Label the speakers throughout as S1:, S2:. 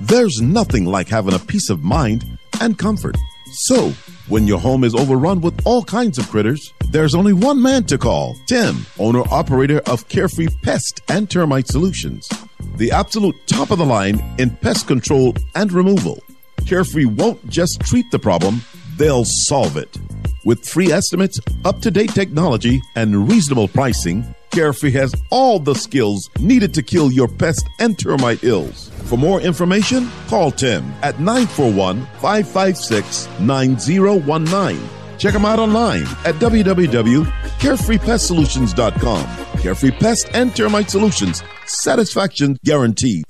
S1: There's nothing like having a peace of mind and comfort. So, when your home is overrun with all kinds of critters, there's only one man to call Tim, owner operator of Carefree Pest and Termite Solutions, the absolute top of the line in pest control and removal. Carefree won't just treat the problem, they'll solve it. With free estimates, up to date technology, and reasonable pricing, Carefree has all the skills needed to kill your pest and termite ills. For more information, call Tim at 941 556 9019. Check them out online at www.carefreepestsolutions.com. Carefree Pest and Termite Solutions, satisfaction guaranteed.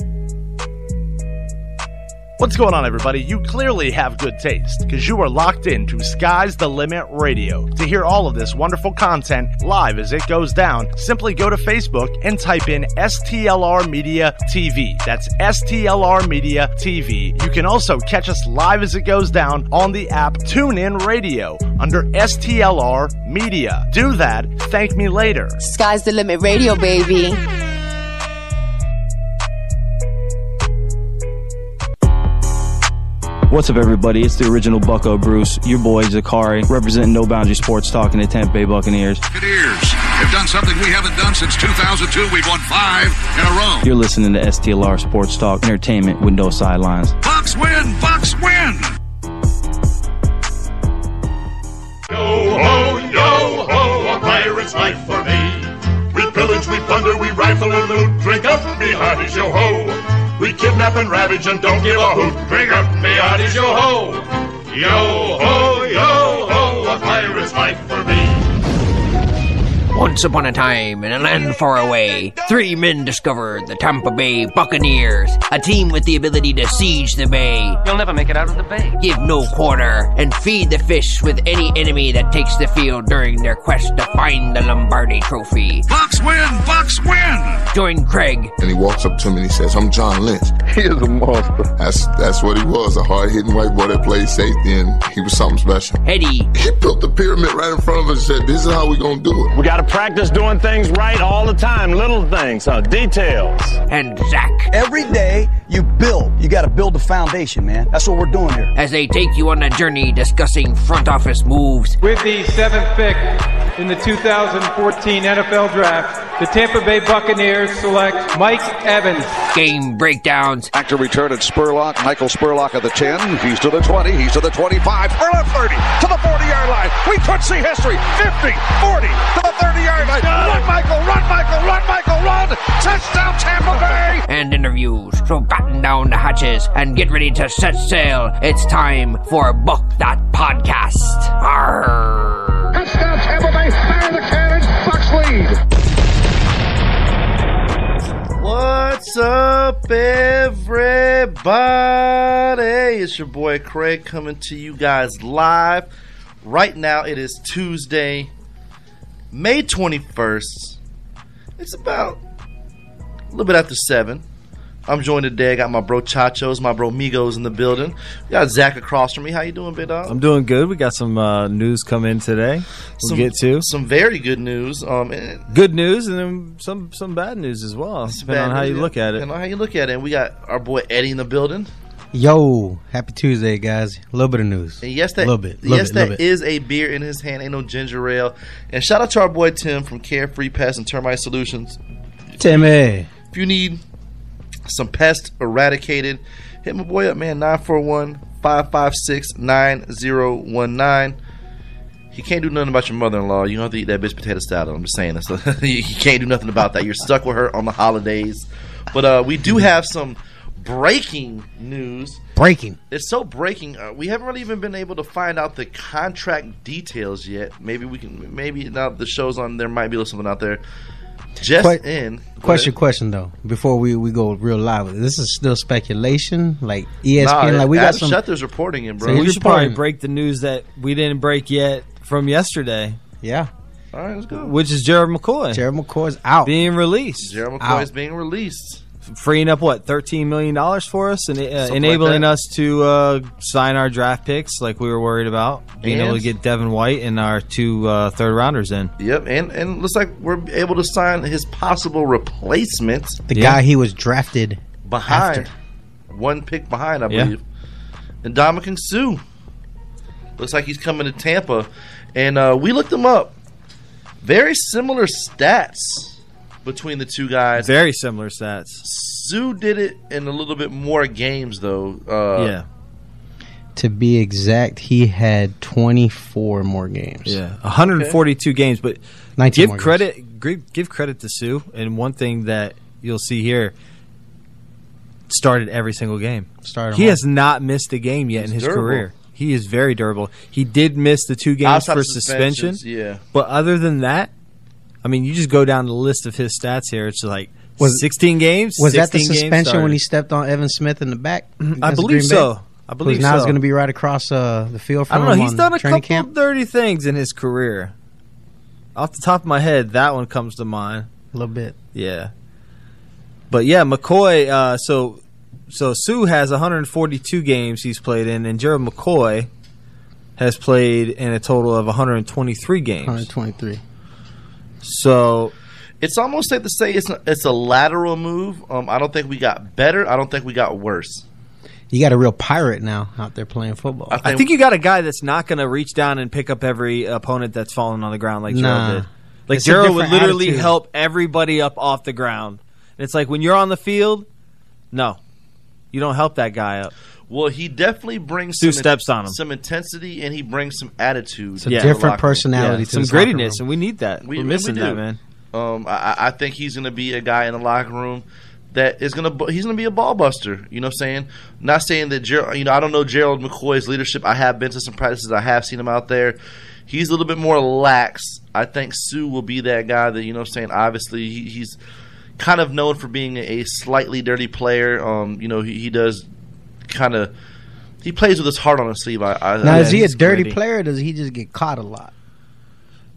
S2: What's going on, everybody? You clearly have good taste because you are locked in to Sky's the Limit Radio. To hear all of this wonderful content live as it goes down, simply go to Facebook and type in STLR Media TV. That's STLR Media TV. You can also catch us live as it goes down on the app TuneIn Radio under STLR Media. Do that. Thank me later.
S3: Sky's the limit radio, baby.
S4: What's up, everybody? It's the original Bucko Bruce, your boy Zakari, representing No Boundary Sports, talking to Tampa Bay Buccaneers.
S5: Buccaneers have done something we haven't done since 2002. We've won five in a row.
S4: You're listening to STLR Sports Talk, entertainment with no sidelines.
S5: Bucks win! Bucks win!
S6: Yo ho, yo ho, a pirate's life for me. We pillage, we plunder, we rifle and loot. Drink up, me hearties, yo ho. We kidnap and ravage and don't give a hoot. Drink up, me hearties, yo ho. Yo ho, yo ho, a pirate's life for me.
S7: Once upon a time, in a land far away, three men discovered the Tampa Bay Buccaneers, a team with the ability to siege the bay,
S8: You'll never make it out of the bay.
S7: give no quarter, and feed the fish with any enemy that takes the field during their quest to find the Lombardi Trophy.
S5: Bucks win! Bucks win!
S7: Join Craig,
S9: and he walks up to me and he says, "I'm John Lynch."
S10: He is a monster.
S9: That's that's what he was, a hard-hitting white boy that played safety, and he was something special.
S7: Eddie,
S9: He built the pyramid right in front of us and said, "This is how we gonna do it."
S10: We got to practice doing things right all the time. Little things, huh? Details.
S7: and Zach
S11: Every day you build. You got to build the foundation, man. That's what we're doing here.
S7: as they take you on a journey discussing front office moves,
S12: With the seventh pick in the 2014 NFL Draft, the Tampa Bay Buccaneers select Mike Evans.
S7: game breakdowns,
S13: Back to return at Spurlock. Michael Spurlock at the 10. He's to the 20. He's to the 25. We're at 30. To the 40 yard line. We could see history. 50, 40. To the 30 yard line. Run, Michael. Run, Michael. Run, Michael. Run. Touchdown, Tampa Bay.
S7: and interviews. So batten down the hatches and get ready to set sail. It's time for Book That Podcast. Arr.
S13: Touchdown, Tampa Bay. Fire the cannons. Bucks lead.
S2: What's up, everybody? It's your boy Craig coming to you guys live. Right now, it is Tuesday, May 21st. It's about a little bit after 7. I'm joined today. I got my bro Chachos, my bro Migos in the building. We got Zach across from me. How you doing, big dog?
S14: I'm doing good. We got some uh, news come in today. We'll
S2: Some-
S14: get to
S2: Some very good news. Um, and-
S14: good news and then some some bad news as well, depending on how you look at it.
S2: Depending on how you look at it. And we got our boy Eddie in the building.
S11: Yo, happy Tuesday, guys. A little bit of news.
S2: And yes, that
S11: Little bit, little
S2: yes,
S11: bit,
S2: that
S11: little bit.
S2: is a beer in his hand. Ain't no ginger ale. And shout out to our boy Tim from Carefree Pest and Termite Solutions.
S11: Timmy.
S2: If you need some pest eradicated, hit my boy up, man. 941-556-9019. He can't do nothing about your mother-in-law. You don't have to eat that bitch potato salad. I'm just saying. That's you can't do nothing about that. You're stuck with her on the holidays. But uh, we do have some breaking news.
S11: Breaking.
S2: It's so breaking. Uh, we haven't really even been able to find out the contract details yet. Maybe we can. Maybe now the show's on. There might be something out there. Just
S11: Que-
S2: in go
S11: Question,
S2: ahead.
S11: question though. Before we, we go real live, with it. this is still speculation. Like E ESPN,
S2: Nah,
S11: like we got
S2: Adam
S11: some.
S2: Schefter's reporting it, bro.
S11: So
S14: We
S11: Here's
S14: should
S11: your
S14: probably
S11: point.
S14: break the news that we didn't break yet from yesterday,
S11: Yeah,
S2: All right, let's go.
S14: which is Jared McCoy
S11: Jared McCoy's out.
S14: being released,
S2: Jared McCoy
S11: Ow.
S2: is being released.
S14: freeing up what 13 million dollars for us and uh,
S2: Something like
S14: enabling
S2: that.
S14: us to uh, sign our draft picks like we were worried about, being
S2: And-
S14: able to get Devin White and our two uh, third rounders in.
S2: Yep, and and looks like we're able to sign his possible replacement
S11: the
S14: Yeah.
S11: guy he was drafted
S2: behind. one pick behind, I
S14: Yeah.
S2: believe. And Dominican Sue. Looks like he's coming to Tampa. And uh, we looked him up. Very similar stats between the two guys.
S14: Very similar stats.
S2: Sue did it in a little bit more games, though. Uh,
S14: Yeah.
S11: To be exact, he had 24 more games.
S14: Yeah, 142 games, but
S11: 19 more
S14: give
S11: games.
S14: credit give, give credit to Sue. And one thing that you'll see here started every single game.
S11: Started
S14: he
S11: all.
S14: has not missed a game yet in
S11: He's
S14: his
S11: durable.
S14: career. He is very durable. He did miss the two games
S2: Outside
S14: for
S2: of
S14: suspension.
S2: suspensions, yeah.
S14: But other than that, I mean, you just go down the list of his stats here. It's like
S11: Was-
S14: 16 games.
S11: Was that the
S14: 16 games
S11: suspension when
S14: started.
S11: he stepped on Evan Smith in the back? against the
S14: believe
S11: Green Bay?
S14: so. Mm-hmm. I
S11: 'Cause
S14: believe
S11: now it's
S14: so.
S11: going to be right across uh, the field
S14: I
S11: from
S14: don't know.
S11: him
S14: He's
S11: on
S14: done a
S11: training
S14: couple
S11: camp.
S14: dirty things in his career. Off the top of my head, that one comes to mind.
S11: A little bit.
S14: Yeah. But yeah, McCoy. Uh, so so Sue has 142 games he's played in, and Jared McCoy has played in a total of 123 games.
S11: 123.
S14: So
S2: it's almost safe to say it's it's a lateral move. Um, I don't think we got better. I don't think we got worse.
S11: You got a real pirate now out there playing football.
S14: I think, you got a guy that's not going to reach down and pick up every opponent that's falling on the ground like
S11: Nah.
S14: Gerald did. Like
S11: It's a
S14: Gerald would
S11: different
S14: literally
S11: attitude.
S14: help everybody up off the ground. And it's like when you're on the field, no, you don't help that guy up.
S2: Well, he definitely brings
S14: Sue
S2: some,
S14: steps on him.
S2: some intensity, and he brings some attitude.
S11: It's a
S2: to the
S11: different
S2: locker room.
S11: personality.
S14: Yeah,
S11: to
S14: some
S11: this locker
S14: grittiness,
S11: room.
S14: and we need that.
S2: We,
S14: We, are missing
S2: we do.
S14: that, man.
S2: Um, I, I- I think he's going to be a guy in the locker room that is going to bu- he's going to be a ball buster. You know what I'm saying? Not saying that Gerald. You know, I don't know Gerald McCoy's leadership. I have been to some practices. I have seen him out there. He's a little bit more lax. I think Sue will be that guy that you know. what I'm saying obviously he, he's kind of known for being a slightly dirty player. Um, you know he, he does kind of he plays with his heart on his sleeve. I, I,
S11: Now,
S2: I-
S11: is he a
S2: he's
S11: dirty
S2: gritty.
S11: player or does he just get caught a lot?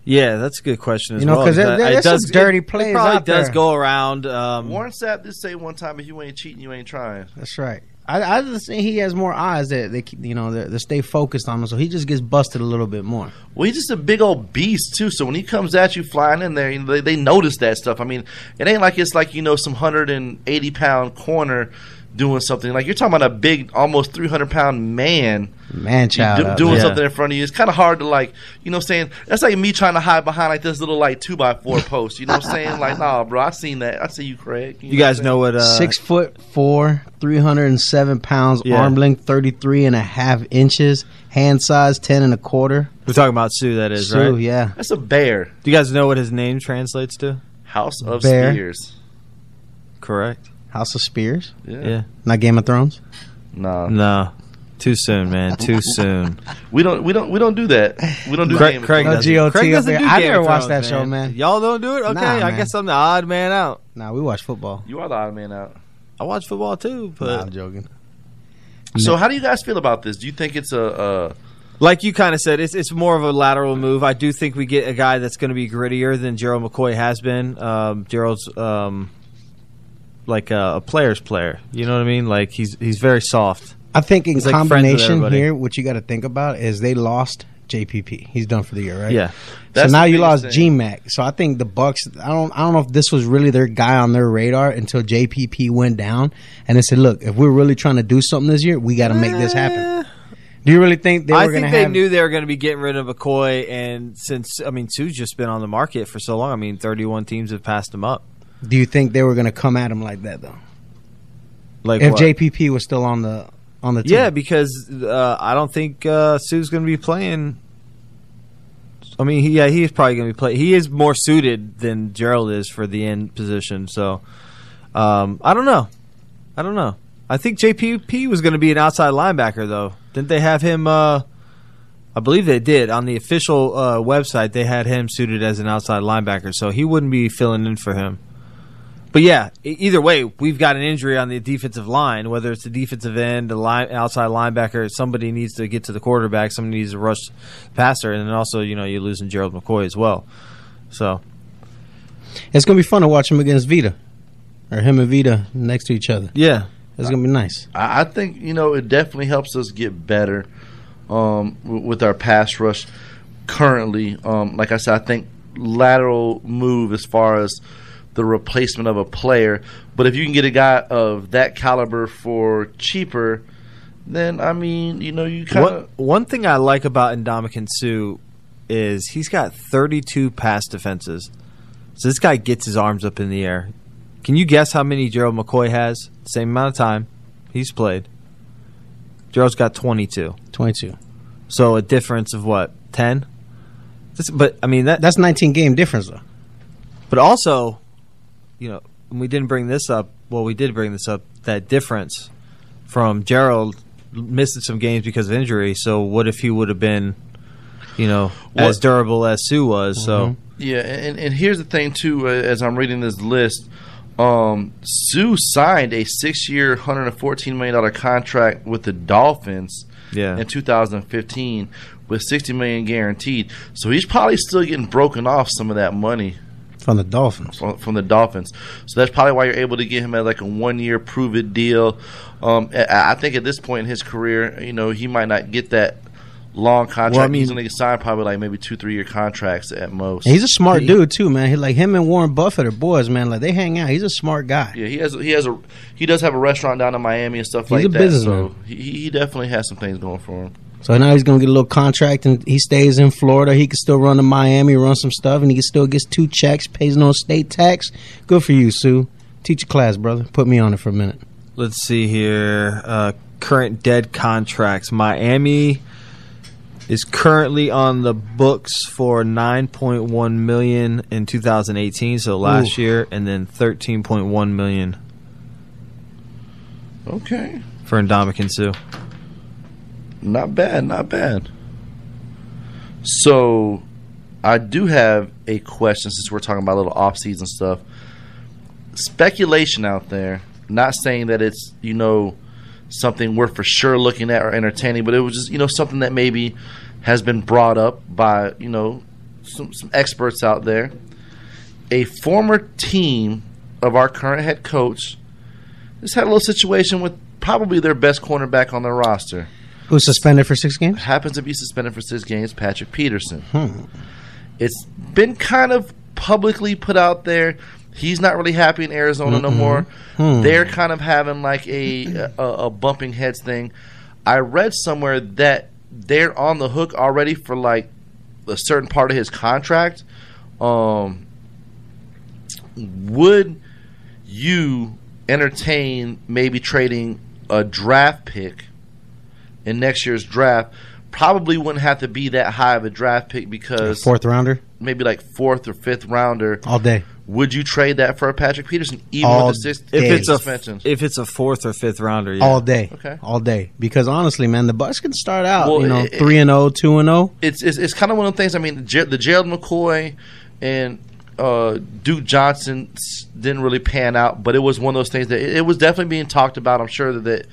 S14: Yeah, that's a good question as
S11: You know,
S14: well.
S11: 'cause there-
S14: It-
S11: there-
S14: it
S11: there's some
S14: does-
S11: dirty
S14: it- it
S11: players
S14: probably
S11: out
S14: does
S11: there.
S14: go around. Um,
S2: Warren Sapp did say one time, "If you ain't cheating, you ain't trying."
S11: That's right. I, I just think he has more eyes that they keep- you know that that stay focused on him, so he just gets busted a little bit more.
S2: Well, he's just a big old beast too. So when he comes at you flying in there, you know, they, they notice that stuff. I mean, it ain't like it's like you know some hundred and eighty pound corner doing something. Like you're talking about a big, almost three hundred pound man.
S11: Man, child,
S2: do-
S11: out
S2: doing
S11: there.
S2: something in front of you. It's kind of hard to like, you know, what I'm saying that's like me trying to hide behind like this little like two by four post. You know what I'm saying? Like, nah, bro, I seen that. I see you, Craig.
S14: you guys know what? Uh,
S11: Six foot four, 307 pounds,
S14: Yeah.
S11: arm length 33 and a half inches, hand size 10 and a quarter.
S14: We're talking about Sue. That is
S11: Sue,
S14: right.
S11: yeah.
S2: That's a bear.
S14: Do you guys know what his name translates to?
S2: House of
S11: Bear.
S2: Spears.
S14: Correct.
S11: House of Spears?
S2: Yeah.
S14: Yeah.
S11: Not Game of Thrones?
S2: No.
S14: No. Too soon, man. Too soon.
S2: We don't. We don't. We don't do that. We don't do
S14: Craig,
S2: Game of
S14: Craig
S11: No
S2: Thrones.
S14: doesn't,
S11: GOT
S14: Craig
S11: up
S14: doesn't
S11: there.
S14: do
S11: I
S14: Game
S11: never
S14: of
S11: watched
S14: Thrones,
S11: that show, man.
S14: Y'all don't do it. Okay,
S11: Nah,
S14: I
S11: man.
S14: guess I'm the odd man out.
S11: Nah, we watch football.
S2: You are the odd man out.
S14: I watch football too,
S11: Nah,
S14: but
S11: I'm joking.
S2: So how do you guys feel about this? Do you think it's a, a
S14: like you kind of said, it's it's more of a lateral move. I do think we get a guy that's going to be grittier than Gerald McCoy has been. Um, Gerald's um, like a, a player's player. You know what I mean? Like he's he's very soft.
S11: I think in
S14: He's like friends with
S11: combination
S14: everybody.
S11: here, what you got to think about is they lost JPP. He's done for the year, right?
S14: Yeah.
S11: so
S2: That's
S11: now
S2: the
S11: you
S2: biggest
S11: lost
S2: thing.
S11: G Mac. So I think the Bucks. I don't. I don't know if this was really their guy on their radar until JPP went down, and they said, "Look, if we're really trying to do something this year, we got to make this happen." Do you really think they
S14: Uh, I
S11: were going
S14: think
S11: to
S14: they
S11: have?
S14: knew they were going to be getting rid of McCoy, and since I mean Sue's just been on the market for so long, I mean thirty-one teams have passed him up.
S11: do you think they were going to come at him like that though?
S14: Like
S11: if
S14: what?
S11: JPP was still on the on the team,
S14: yeah, because uh, I don't think uh, Sue's going to be playing. I mean, he, yeah, he's probably going to be playing. He is more suited than Gerald is for the end position. So um, I don't know. I don't know. I think JPP was going to be an outside linebacker, though. Didn't they have him? Uh, I believe they did. On the official uh, website, they had him suited as an outside linebacker, so he wouldn't be filling in for him. But yeah, e- either way, we've got an injury on the defensive line. Whether it's the defensive end, the line, outside linebacker, somebody needs to get to the quarterback. Somebody needs to rush the passer, and then also you know you're losing Gerald McCoy as well. So
S11: it's going to be fun to watch him against Vita, or him and Vita next to each other.
S14: yeah,
S11: It's going to be nice.
S2: I, I think you know it definitely helps us get better um, w- with our pass rush currently. Um, like I said, I think lateral move as far as the replacement of a player. But if you can get a guy of that caliber for cheaper, then I mean, you know, you kind
S14: One,
S2: of
S14: one thing I like about Indomitian Sue is he's got 32 pass defenses. So this guy gets his arms up in the air. Can you guess how many Gerald McCoy has? Same amount of time he's played. Gerald's got 22.
S11: 22.
S14: So a difference of what? 10? This, but I mean that
S11: that's 19 game difference though.
S14: But also, you know, and we didn't bring this up. Well, we did bring this up. That difference from Gerald missing some games because of injury. So what if he would have been, you know, as
S2: What-
S14: durable as Sue was? So
S2: Yeah, and, and here's the thing too. uh, As I'm reading this list, um, Sue signed a six-year, 114 million dollar contract with the Dolphins.
S14: Yeah.
S2: in 2015, with 60 million guaranteed. So he's probably still getting broken off some of that money
S11: From the Dolphins.
S2: from, from the Dolphins. So that's probably why you're able to get him at like a one-year prove-it deal. Um, I I think at this point in his career, you know, he might not get that. Long contract.
S11: mean-
S2: he's going to get signed probably like maybe two, three year contracts at most.
S11: And he's a smart
S2: He-
S11: dude too, man. He, like him and Warren Buffett are boys, man. Like they hang out. He's a smart guy.
S2: Yeah, he has he has a he does have a restaurant down in Miami and stuff
S11: He's
S2: like
S11: a
S2: that.
S11: businessman.
S2: So he, he definitely has some things going for him.
S11: So now he's gonna get a little contract, and he stays in Florida. He can still run to Miami, run some stuff, and he can still gets two checks, pays no state tax. Good for you, Sue. Teach a class, brother. Put me on it for a minute.
S14: let's see here. Uh, current dead contracts. Miami is currently on the books for 9.1 million in 2018 so last
S2: Ooh.
S14: year and then 13.1 million
S2: Okay,
S14: for Indomitian Sue.
S2: not bad, not bad. So, I do have a question since we're talking about a little off season stuff. Speculation out there, not saying that it's you know something we're for sure looking at or entertaining, but it was just you know something that maybe has been brought up by you know some, some experts out there. A former team of our current head coach just had a little situation with probably their best cornerback on their roster
S11: Who was suspended for six games?
S2: happens to be suspended for six games, Patrick Peterson.
S11: Hmm.
S2: It's been kind of publicly put out there. He's not really happy in Arizona no
S11: Mm-mm.
S2: more.
S11: Hmm.
S2: They're kind of having like a, a a bumping heads thing. I read somewhere that they're on the hook already for like a certain part of his contract. Um, would you entertain maybe trading a draft pick in next year's draft? Probably wouldn't have to be that high of a draft pick because
S11: Fourth rounder
S2: maybe like fourth or fifth rounder.
S11: all day.
S2: Would you trade that for a Patrick Peterson, even
S11: All
S2: with the sixth
S11: day.
S14: If it's a
S2: suspension?
S14: if it's a fourth or fifth rounder, yeah.
S11: All day.
S2: Okay.
S11: All day. Because honestly, man, the Bucks can start out,
S2: Well,
S11: you know,
S2: it- it-
S11: three and 0, 2 and oh. 0.
S2: It's it's, it's kind of one of the things. I mean, Ger- the Gerald McCoy and uh, Duke Johnson s- didn't really pan out, but it was one of those things that it, it was definitely being talked about. I'm sure that. that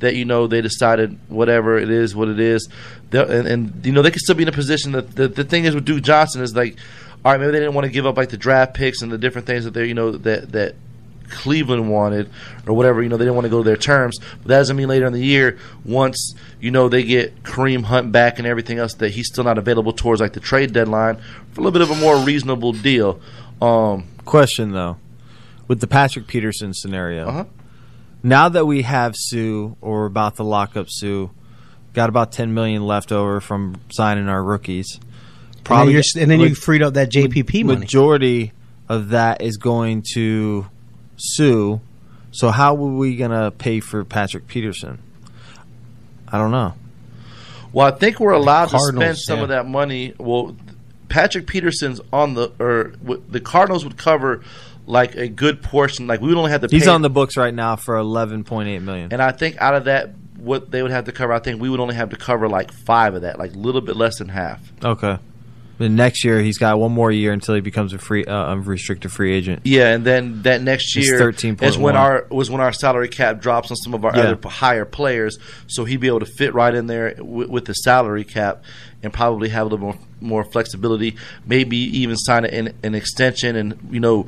S2: that you know they decided whatever it is, what it is, They're- and, and you know they could still be in a position that the, the thing is with Duke Johnson is like, all right, maybe they didn't want to give up like the draft picks and the different things that they you know that that Cleveland wanted or whatever. You know they didn't want to go to their terms, but that doesn't mean later in the year once you know they get Kareem Hunt back and everything else that he's still not available towards like the trade deadline for a little bit of a more reasonable deal. Um,
S14: Question though, with the Patrick Peterson scenario,
S2: Uh-huh.
S14: now that we have Sue or we're about to lock up Sue, got about ten million left over from signing our rookies.
S11: Probably. And then, you're, and then you freed up that JPP money.
S14: majority of that is going to Sue. So how are we gonna pay for Patrick Peterson? I don't know.
S2: Well, I think we're allowed to spend
S14: Cardinals,
S2: some
S14: yeah.
S2: of that money. Well, Patrick Peterson's on the or w- the Cardinals would cover like a good portion. Like we would only have to.
S14: He's
S2: pay,
S14: on the books right now for eleven point eight million.
S2: and I think out of that, what they would have to cover, I think we would only have to cover like five of that, like a little bit less than half.
S14: Okay. Then next year he's got one more year until he becomes a free, uh, restricted free agent.
S2: Yeah, and then that next
S14: It's
S2: year
S14: 13.1.
S2: is when our was when our salary cap drops on some of our
S14: Yeah.
S2: other p- higher players, so he'd be able to fit right in there with, with the salary cap and probably have a little more, more flexibility. Maybe even sign an, an extension and you know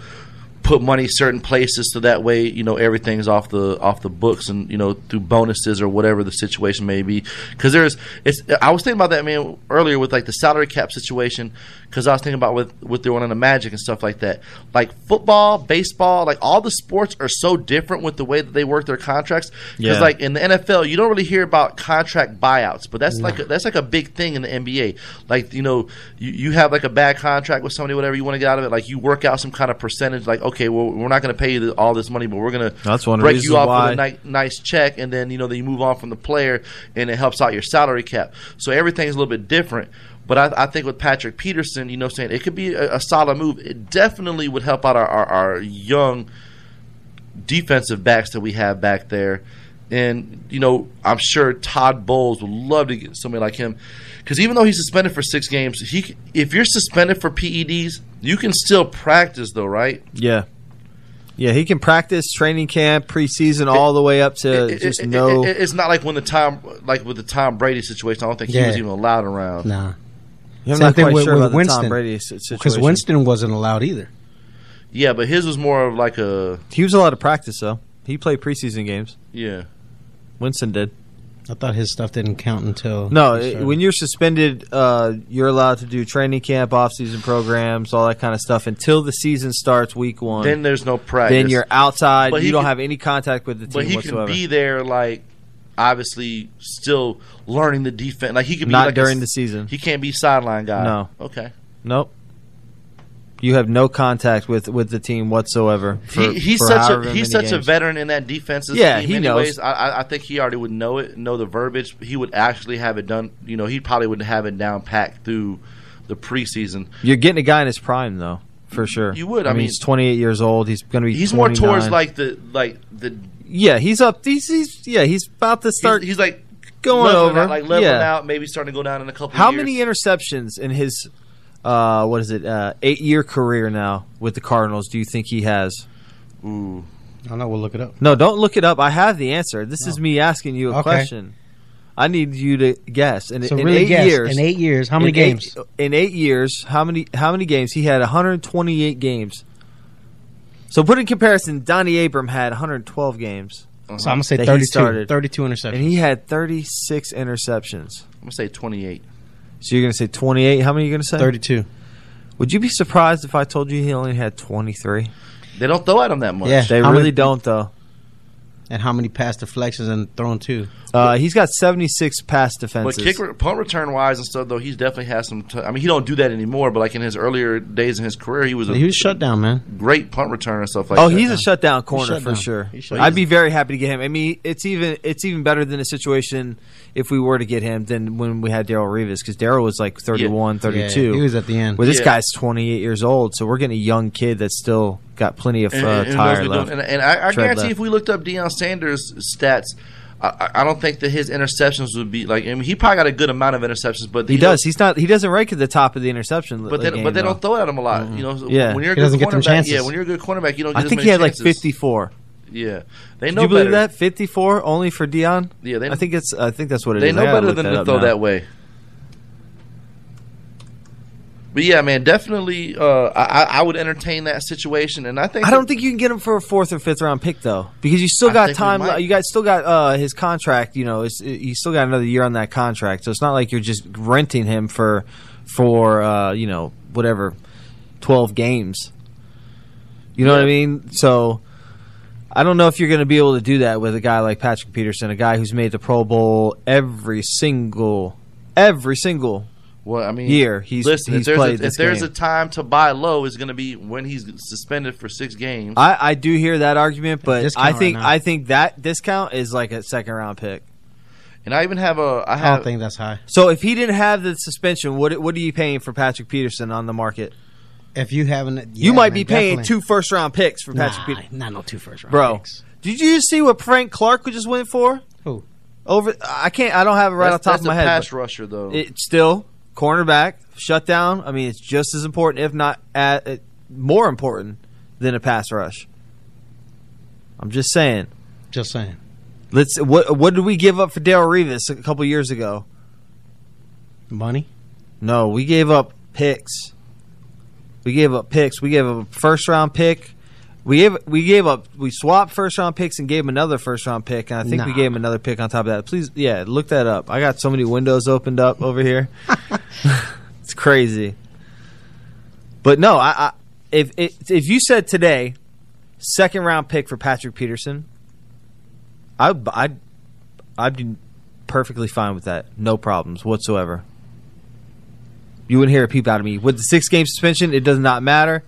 S6: put money certain places so that way you know everything's off the off the books and you know through bonuses or whatever the situation may be because there's it's I was thinking about that man earlier with like the salary cap situation because I was thinking about with with the one on the Magic and stuff like that like football baseball like all the sports are so different with the way that they work their contracts because
S2: Yeah.
S6: like in the NFL you don't really hear about contract buyouts but that's like a, that's like a big thing in the NBA like you know you, you have like a bad contract with somebody whatever you want to get out of it like you work out some kind of percentage like okay well we're not going to pay you the, all this money but we're going to
S2: That's one of the
S6: break
S2: reasons
S6: you off
S2: why-
S6: with a nice, nice check, and then you know then you move on from the player, and it helps out your salary cap. So everything's a little bit different. But I, I think with Patrick Peterson, you know, what I'm saying it could be a, a solid move. It definitely would help out our, our, our young defensive backs that we have back there. And you know, I'm sure Todd Bowles would love to get somebody like him because even though he's suspended for six games, he c- if you're suspended for PEDs, you can still practice though, right?
S2: Yeah. Yeah, he can practice training camp, preseason, all the way up to
S6: it-
S2: just
S6: it-
S2: no.
S6: it- it's not like when the Tom, like with the Tom Brady situation. I don't think he
S2: Yeah.
S6: was even allowed around.
S11: Nah.
S2: Yeah, I'm
S11: Same
S2: not
S11: thing
S2: quite
S11: with,
S2: sure
S11: with
S2: about the Tom
S11: Winston.
S2: Brady si- situation.
S11: Because Winston wasn't allowed either.
S6: Yeah, but his was more of like a
S2: he was allowed to practice though. He played preseason games.
S6: Yeah,
S2: Winston did.
S11: I thought his stuff didn't count until
S2: No,
S11: he
S2: it-
S11: started.
S2: when you're suspended, uh, you're allowed to do training camp, off-season programs, all that kind of stuff until the season starts, week one.
S6: Then there's no practice.
S2: Then you're outside.
S6: But
S2: you
S6: he
S2: don't
S6: could-
S2: have any contact with the
S6: but
S2: team
S6: he
S2: whatsoever.
S6: can be there, like obviously still learning the defense. Like he could be
S2: Not
S6: like a
S2: during
S6: s-
S2: the season.
S6: He can't be sideline guy.
S2: No.
S6: okay.
S2: Nope. You have no contact with, with the team whatsoever. For,
S6: he, he's
S2: for
S6: such
S2: however
S6: a
S2: many
S6: he's such a
S2: games.
S6: veteran in that defense.
S2: Yeah, he knows.
S6: anyways. I- I, I think he already would know it, know the verbiage. He would actually have it done. You know, he probably would have it down packed through the preseason.
S2: You're getting a guy in his prime though, for sure.
S6: You would, I mean-
S2: he's 28 years old. He's going to be.
S6: He's more towards
S2: 29.
S6: like the like the
S2: Yeah, he's up. He's, he's yeah. He's about to start.
S6: He's, like
S2: going
S6: leveling
S2: over.
S6: out, like leveling
S2: yeah.
S6: out, maybe starting to go down in a couple.
S2: How
S6: years.
S2: many interceptions in his uh, what is it uh, eight year career now with the Cardinals? Do you think he has?
S6: Ooh,
S11: I don't know. We'll look it up.
S2: No, don't look it up. I have the answer. This is me asking you a
S11: Okay.
S2: question. I need you to guess. In,
S11: So
S2: in
S11: really
S2: eight
S11: guess.
S2: years,
S11: In eight years, how many
S2: in eight-
S11: games?
S2: in eight years, how many how many games? He had 128 games. So put in comparison, Donnie Abram had 112 games.
S11: So I'm gonna say
S2: that he
S11: 32,
S2: started.
S11: 32 interceptions.
S2: and he had 36 interceptions.
S6: I'm gonna say 28.
S2: So you're going to say 28. How many are you going to say?
S11: 32.
S2: Would you be surprised if I told you he only had 23?
S6: They don't throw at him that much.
S11: Yeah,
S2: They
S11: how
S2: really
S11: many-
S2: don't, though.
S11: and how many pass deflections and thrown two?
S2: Uh, he's got 76 pass defenses.
S6: But kick re- punt return wise and stuff though, he's definitely has some. T- I mean, he don't do that anymore. But like in his earlier days in his career, he was a
S11: He was shut down, man.
S6: great punt returner and stuff like.
S2: oh,
S6: that.
S2: he's a shutdown corner
S11: shut
S2: for
S11: down.
S2: sure.
S11: He's shut
S2: I'd
S11: down.
S2: be very happy to get him. I mean, it's even it's even better than a situation if we were to get him than when we had Daryl Rivas because Daryl was like 31,
S11: Yeah,
S2: 32.
S11: he was at the end.
S2: Well, this
S11: Yeah.
S2: guy's 28 years old, so we're getting a young kid that's still got plenty of uh,
S6: And- and- and
S2: tire
S6: those we
S2: left.
S6: don't- And, and I, I
S2: tread
S6: guarantee
S2: left.
S6: if we looked up Deion Sanders' stats, I, I- I don't think that his interceptions would be like. I mean, he probably got a good amount of interceptions, but
S2: He does. He's not. He doesn't rank at the top of the interception.
S6: But they,
S2: game,
S6: but they
S2: though.
S6: don't throw at him a lot. You know, So
S2: Yeah.
S6: when you're a
S2: He
S6: good
S2: doesn't get them
S6: cornerback,
S2: chances.
S6: yeah, when you're a good cornerback, you don't. Get
S2: I
S6: as
S2: think
S6: many
S2: he had like
S6: chances.
S2: 54.
S6: Yeah, they
S2: Did
S6: know
S2: you believe
S6: better.
S2: that 54 only for Dion?
S6: Yeah, they-
S2: I think it's. I think that's what it is.
S6: they
S2: I
S6: know
S2: gotta
S6: better
S2: look
S6: than
S2: that
S6: to
S2: up
S6: throw
S2: now.
S6: that way. But yeah, man, definitely, uh, I, I- I would entertain that situation, and I think
S2: I don't think you can get him for a fourth or fifth round pick though, because you still
S6: I
S2: got
S6: think we
S2: time.
S6: might.
S2: You guys still got uh, his contract. You know, it's, you still got another year on that contract, so it's not like you're just renting him for for uh, you know whatever twelve games. You know what I mean? So I don't know if you're going to be able to do that with a guy like Patrick Peterson, a guy who's made the Pro Bowl every single every single
S6: Well, I mean,
S2: year he's
S6: listen.
S2: he's
S6: if
S2: played
S6: there's, a, if
S2: this
S6: there's
S2: game.
S6: a time to buy low, is going to be when he's suspended for six games.
S2: I, I do hear that argument, but
S6: discount
S2: I
S6: right
S2: think
S6: now.
S2: I think that discount is like a second round pick.
S6: and I even have a. I,
S11: I,
S6: have,
S11: don't think that's high.
S2: So if he didn't have the suspension, what what are you paying for Patrick Peterson on the market?
S11: If you haven't,
S2: you might be paying
S11: two.
S2: two first round picks for
S11: Nah,
S2: Patrick Peterson.
S11: Not no two first round
S2: Bro,
S11: picks.
S2: did you see what Frank Clark just went for?
S11: Who?
S2: Over I can't I don't have it right
S6: That's-
S2: off the top
S6: that's
S2: of my
S6: a
S2: head.
S6: pass
S2: but
S6: rusher, though.
S2: It still cornerback, shutdown. I mean, it's just as important, if not at, uh, more important than a pass rush. I'm just saying.
S11: Just saying.
S2: Let's what what did we give up for Daryl Revis a couple years ago?
S11: Money?
S2: No, we gave up picks. We gave up picks. We gave up a first round pick,
S14: We gave we gave up we swapped first round picks and gave him another first round pick and I think we
S11: Nah.
S14: gave him another pick on top of that. Please yeah, look that up. I got so many windows opened up over here. it's crazy. But no, I, I if if if you said today second round pick for Patrick Peterson, I would I would I'd be perfectly fine with that. No problems whatsoever. You wouldn't hear a peep out of me. With the six game suspension, it does not matter.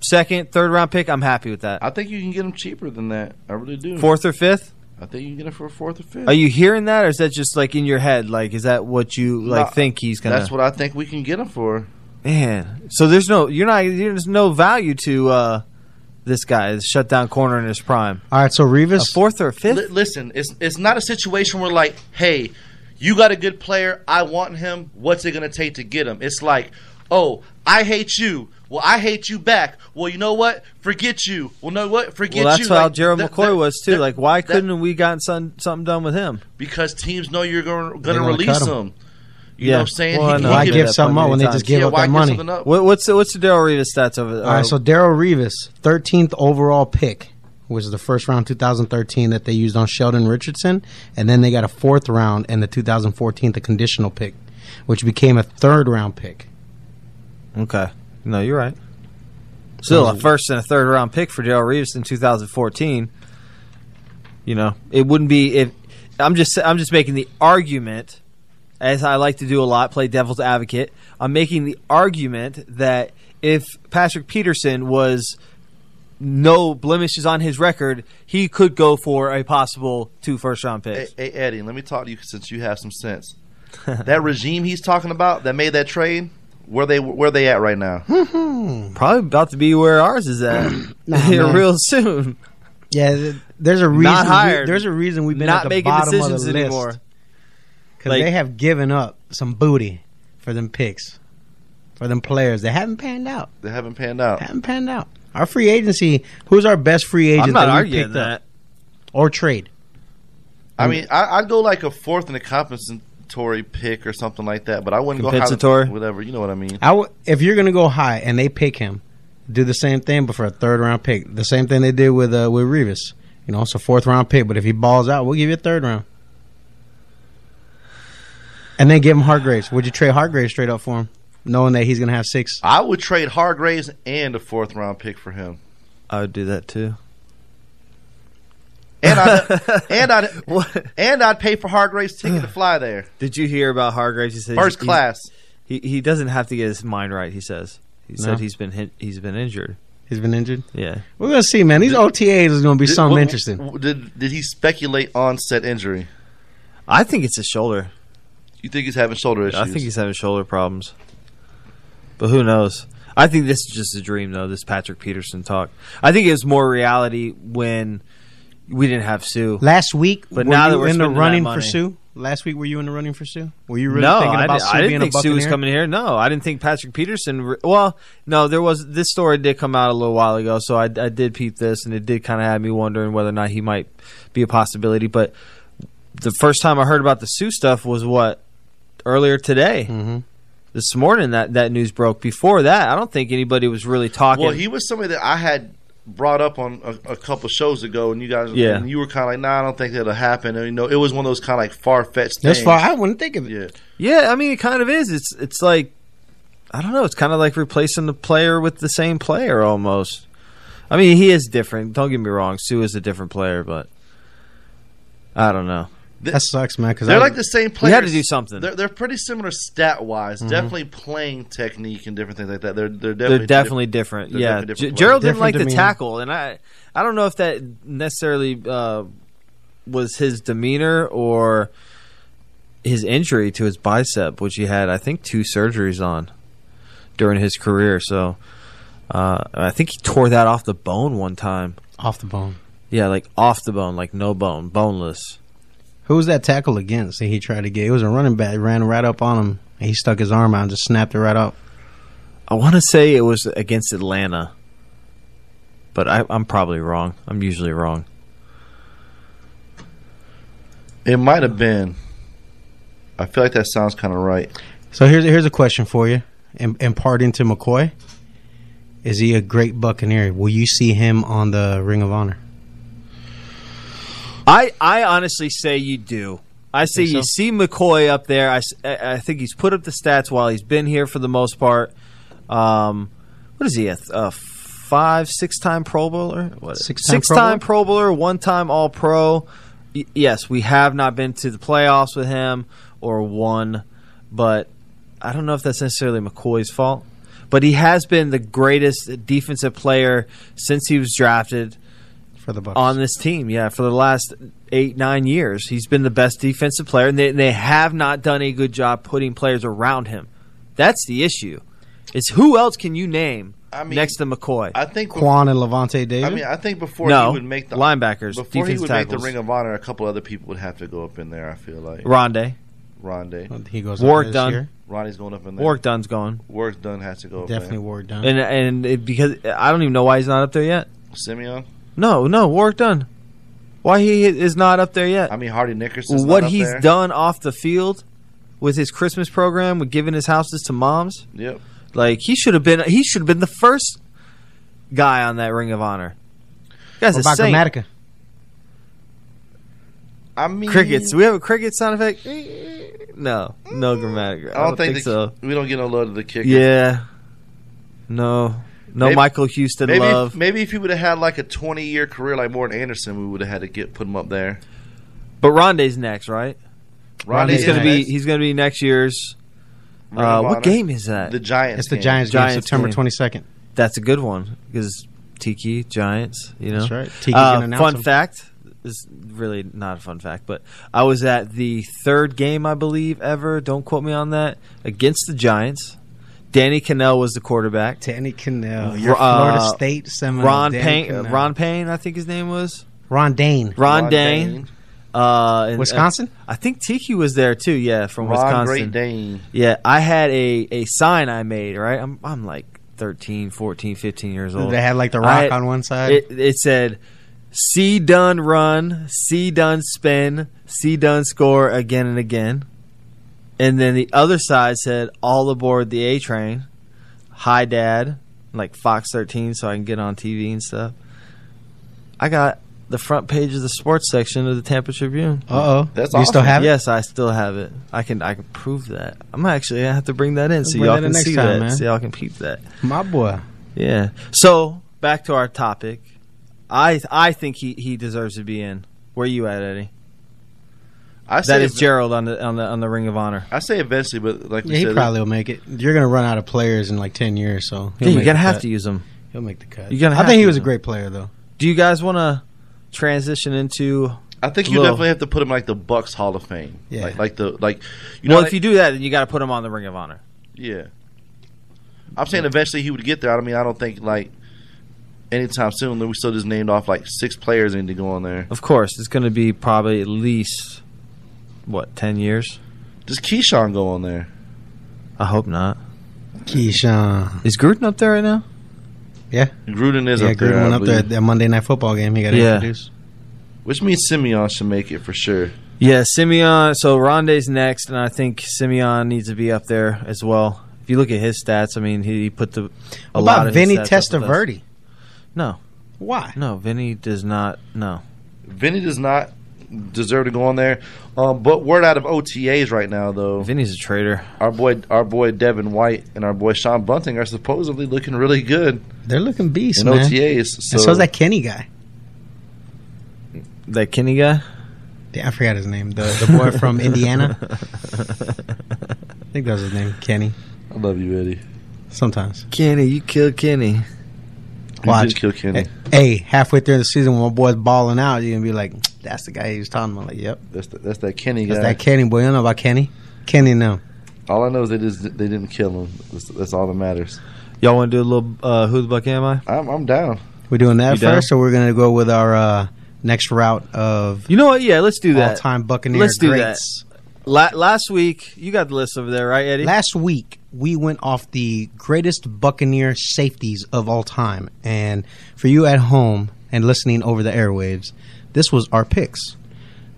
S14: Second, third round pick, I'm happy with that.
S2: I think you can get them cheaper than that. I really do.
S14: Fourth or fifth?
S2: I think you can get them for a fourth or fifth.
S14: Are you hearing that, or is that just like in your head? Like, is that what you like
S2: No,
S14: think he's gonna?
S2: That's what I think we can get them for.
S14: Man, so there's no you're not there's no value to uh this guy, this shutdown corner in his prime.
S11: All right, so Revis,
S14: fourth or fifth?
S2: Li- listen, it's it's not a situation where like, hey, you got a good player, I want him. What's it gonna take to get him? It's like, oh, I hate you. Well, I hate you back. Well, you know what? Forget you. Well, know what? Forget
S14: Well, that's
S2: you.
S14: how
S2: Like,
S14: Gerald
S2: th-
S14: McCoy
S2: th-
S14: was too. Like, why couldn't we gotten some, something done with him?
S2: because teams know you're going
S14: They're
S2: to
S14: gonna
S2: release him.
S14: cut him.
S2: You know what I'm saying?
S14: Well, I
S2: He-
S14: know.
S2: he
S11: Why
S2: give
S11: give
S2: that
S11: something
S2: plenty
S11: up
S2: of
S11: when they
S2: times.
S11: just give
S2: Yeah,
S11: up
S2: why
S11: that
S2: give
S11: money?
S2: something up? Um,
S14: What, what's the, what's the Daryl Revis stats over?
S11: All right, so Daryl Revis, 13th overall pick, was the first round 2013 that they used on Sheldon Richardson, and then they got a fourth round and the 2014 the conditional pick, which became a third round pick.
S14: Okay, no, you're right. Still a
S11: So-
S14: first and a third round pick for Daryl Revis in 2014. You know, it wouldn't be if I'm just I'm just making the argument, as I like to do a lot, play devil's advocate. I'm making the argument that if Patrick Peterson was no blemishes on his record, he could go for a possible two first round picks.
S2: Hey, hey, Eddie, let me talk to you since you have some sense. that regime he's talking about that made that trade, where they where they at right now?
S14: Probably about to be where ours is at here
S11: man.
S14: real soon.
S11: Yeah, th- there's a reason.
S14: Not hired.
S11: We, there's a reason we've been
S14: Not
S11: at the
S14: making
S11: bottom
S14: decisions
S11: of the list.
S14: anymore.
S11: Because
S14: Like-
S11: they have given up some booty for them picks, for them players. They haven't panned out.
S2: They haven't panned out.
S11: Haven't panned out. Our free agency. Who's our best free agent?
S14: I'm not
S11: that we
S14: arguing
S11: picked
S14: that.
S11: Up? Or trade.
S2: I mean, I, I'd go like a fourth and a compensatory pick or something like that, but I wouldn't go
S11: Compensatory?
S2: high, whatever. You know what I mean?
S11: I w- if you're gonna go high and they pick him, do the same thing, but for a third round pick. The same thing they did with uh, with Revis. You know, it's a fourth round pick, but if he balls out, we'll give you a third round. And then give him Hargraves. Would you trade Hargraves straight up for him, knowing that he's gonna have six?
S2: I would trade Hargraves and a fourth round pick for him.
S14: I would do that too.
S2: And I and I and I'd pay for Hargraves' ticket to fly there.
S14: Did you hear about Hargraves? He said
S2: First
S14: he-
S2: class.
S14: He he doesn't have to get his mind right. He says he
S11: No.
S14: said he's been hit, he's been injured.
S11: He's been injured.
S14: Yeah.
S11: We're gonna see, man. These OTAs is gonna be
S2: Did-
S11: something
S2: what-
S11: interesting.
S2: w- Did did he speculate on said injury?
S14: I think it's his shoulder.
S2: You think he's having shoulder issues?
S14: I think he's having shoulder problems. But who knows? I think this is just a dream, though. This Patrick Peterson talk. I think it was more reality when we didn't have Sue
S11: Last week,
S14: But
S11: were
S14: now
S11: you
S14: that we're
S11: in the
S14: spending that
S11: running
S14: money-
S11: for Sue. Last week, were you in the running for Sue? Were you really
S14: no,
S11: thinking
S14: I
S11: about
S14: didn't,
S11: Sue
S14: I didn't
S11: being
S14: think
S11: a
S14: Sue was
S11: Buccaneer?
S14: coming here. No, I didn't think Patrick Peterson. Re- well, no, there was this story did come out a little while ago, so I, I did peep this, and it did kind of have me wondering whether or not he might be a possibility. But the first time I heard about the Sue stuff was what earlier today,
S11: Mm-hmm.
S14: this morning that that news broke. Before that, I don't think anybody was really talking.
S2: Well, he was somebody that I had brought up on a, a couple shows ago, and you guys,
S14: Yeah.
S2: and you were kind of like, "Nah, I don't think that'll happen." And, you know, it was one of those kind of like far fetched.
S11: That's far. I wouldn't think of it.
S2: Yeah.
S14: yeah, I mean, it kind of is. It's it's like I don't know. It's kind of like replacing the player with the same player almost. I mean, he is different. Don't get me wrong. Sue is a different player, but I don't know.
S11: That sucks, man. Because
S2: They're like the same players.
S14: We had to do something.
S2: They're, they're pretty similar stat wise.
S14: Mhm.
S2: Definitely playing technique and different things like that. They're they're
S14: They're
S2: definitely
S14: definitely different.
S2: they're
S14: yeah,
S2: definitely
S14: G-
S2: different
S14: Gerald
S2: players.
S14: didn't like the
S2: Different demeanor.
S14: tackle, and I I don't know if that necessarily uh, was his demeanor or his injury to his bicep, which he had I think two surgeries on during his career. So uh, I think he tore that off the bone one time.
S11: Off the bone.
S14: Yeah, like off the bone, like no bone, boneless.
S11: Who was that tackle against? that He tried to get. It was a running back. Ran right up on him. and He stuck his arm out and just snapped it right off.
S14: I want to say it was against Atlanta, but I, I'm probably wrong. I'm usually wrong.
S2: It might have been. I feel like that sounds kind of right.
S11: So here's here's a question for you, im- imparting to McCoy. Is he a great Buccaneer? Will you see him on the Ring of Honor?
S14: I, I honestly say you do. I say
S11: Think
S14: you
S11: so?
S14: see McCoy up there. I, s- I- I think he's put up the stats while he's been here for the most part. Um, what is he, a, th- a five, six time Pro Bowler? What,
S11: Six-time Pro
S14: time Pro Bowler, one time All Pro. Y- yes, we have not been to the playoffs with him or won, but I don't know if that's necessarily McCoy's fault. But he has been the greatest defensive player since he was drafted
S11: for the Bucs.
S14: on this team. Yeah, for the last eight nine years, he's been the best defensive player, and they, they have not done a good job putting players around him. That's the issue. Is who else can you name next to McCoy?
S8: I think
S11: Quan and Levante David.
S8: I mean, I think before
S14: No.
S8: he would make the
S14: Linebackers,
S8: before he
S14: defensive
S8: would make
S14: tackles.
S8: the Ring of Honor, a couple other people would have to go up in there. I feel like
S14: Rondé.
S8: Rondé.
S11: He goes
S14: Warwick Dunn.
S8: Ronnie's going up in there.
S14: Warwick Dunn's going.
S8: Warwick Dunn has to go. up
S11: Definitely
S8: in.
S11: Warwick Dunn.
S14: And uh, and it, because I don't even know why he's not up there yet.
S8: Simeon.
S14: No, no, Warwick Dunn. Why he is not up there yet?
S8: I mean, Hardy Nickerson's
S14: what
S8: not up
S14: he's
S8: there.
S14: done off the field with his Christmas program, with giving his houses to moms.
S8: Yep.
S14: Like he should have been. He should have been the first guy on that Ring of Honor. Guys,
S11: What about Grammatica?
S8: I mean,
S14: crickets. Do we have a cricket sound effect? No, no Grammatica.
S8: I don't, think, the-
S14: so.
S8: We don't get no love to the kicker.
S14: Yeah. No, no
S8: Maybe-
S14: Michael Houston
S8: maybe
S14: love.
S8: If, maybe if he would have had like a 20 year career like Morton Anderson, we would have had to get put him up there.
S14: But Rondé's next, right?
S8: Rondé
S14: he's
S8: is
S14: gonna be
S8: next.
S14: he's gonna be next year's.
S8: Ring
S14: Uh,
S8: of
S14: what
S8: Honor.
S14: game is that?
S8: The Giants.
S11: It's the Giants game, September
S14: game.
S11: 22nd.
S14: That's a good one because Tiki Giants. You know,
S11: That's right. Tiki's
S14: Uh,
S11: gonna announce
S14: fun
S11: them.
S14: fact this is really not a fun fact, but I was at the third game I believe ever. Don't quote me on that against the Giants. Danny Cannell was the quarterback.
S11: Danny Cannell,
S14: Ro-
S11: your Florida
S14: uh,
S11: State Seminole.
S14: Ron
S11: Oh, Danny
S14: Payne.
S11: Cannell.
S14: Ron Payne, I think his name was.
S11: Ron Dane.
S14: Ron,
S11: Ron
S14: Dane.
S11: Dane.
S14: Uh, and-
S11: Wisconsin?
S14: I think Tiki was there too. Yeah, from
S8: Ron
S14: Wisconsin.
S8: Great Dane.
S14: Yeah, I had a, a sign I made, right? I'm, I'm like 13, 14, 15 years old.
S11: They had, like, The
S14: oh. I
S11: Rock on one side?
S14: It, it said, C done run, C done spin, C done score again and again. And then the other side said, all aboard the A train. Hi, Dad. Like Fox 13, so I can get on TV and stuff. I got the front page of the sports section of the Tampa Tribune.
S11: Uh oh. you still have it?
S14: Yes, I still have it. I can I can prove that. I'm actually gonna have to bring that in so
S11: Bring
S14: y'all
S11: that
S14: can
S11: in next
S14: see
S11: time,
S14: that.
S11: man.
S14: So y'all can peep that.
S11: My boy.
S14: Yeah. So back to our topic. I I think he, he deserves to be in. Where you at, Eddie?
S8: I
S14: that
S8: say
S14: is
S8: if-
S14: Gerald on the on the on the Ring of Honor.
S8: I say eventually, but like we
S11: Yeah, he
S8: said,
S11: probably will make it. You're going to run out of players in like 10 years, so. he'll
S14: Yeah, you're
S11: make
S14: gonna
S11: the
S14: have
S11: cut.
S14: to use him.
S11: He'll make the cut.
S14: You're gonna
S11: I
S14: have
S11: think
S14: to
S11: he was
S14: use
S11: a
S14: him.
S11: great player, though.
S14: Do you guys want to transition into?
S8: I think
S14: a
S8: you
S14: little-
S8: definitely have to put him in, like the Bucks Hall of Fame.
S11: Yeah.
S8: Like, like the like you
S14: well,
S8: know
S14: if you do that, then you got to put him on the Ring of Honor.
S8: yeah. I'm saying eventually he would get there. I mean, I don't think like anytime soon. We still just named off like six players need to go on there.
S14: Of course, it's going to be probably at least what ten years.
S8: Does Keyshawn go on there?
S14: I hope not.
S11: Keyshawn.
S14: Is Gruden up there right now?
S11: Yeah.
S8: Gruden is
S11: yeah,
S8: up
S11: Gruden
S8: there. I
S11: went up there
S8: believe.
S11: at that Monday Night Football game. He got
S14: Yeah.
S11: introduced.
S8: Which means Simeon should make it for sure.
S14: Yeah, Simeon. So Rondé's next, and I think Simeon needs to be up there as well. If you look at his stats, I mean, he, he put the a
S11: What
S14: lot
S11: about
S14: of his
S11: Vinny
S14: stats up with us.
S11: Testaverde?
S14: No,
S11: Why?
S14: no, Vinny does not. No,
S8: Vinny does not deserve to go on there. Um, but word out of OTAs right now, though,
S14: Vinny's a traitor.
S8: our boy, our boy Devin White and our boy Sean Bunting are supposedly looking really good
S11: They're looking beasts,
S8: in
S11: man.
S8: OTAs. So,
S11: And so's that Kenny guy.
S14: That Kenny guy.
S11: Damn, I forgot his name. The the boy from Indiana. I think that was his name, Kenny.
S8: I love you, Eddie.
S11: Sometimes.
S14: Kenny, you killed Kenny.
S8: You
S11: Watch.
S8: did kill Kenny.
S11: Hey, halfway through the season when my boy's balling out, you're gonna be like, "That's the guy he was talking about." Like, yep,
S8: That's the, that's that Kenny guy.
S11: that's that Kenny boy. You don't know about Kenny? Kenny, no.
S8: all I know is they just they didn't kill him. That's, that's all that matters.
S14: Y'all want to do a little uh, who the buck am I?
S8: I'm, I'm down.
S11: We're doing that
S14: You down?
S11: first, or we're gonna go with our uh, next route of
S14: You know what? Yeah, let's do that.
S11: all-time Buccaneer
S14: Let's do
S11: greats.
S14: that. La- last week, you got the list over there, right, Eddie?
S11: Last week, we went off the greatest Buccaneer safeties of all time. And for you at home and listening over the airwaves, this was our picks.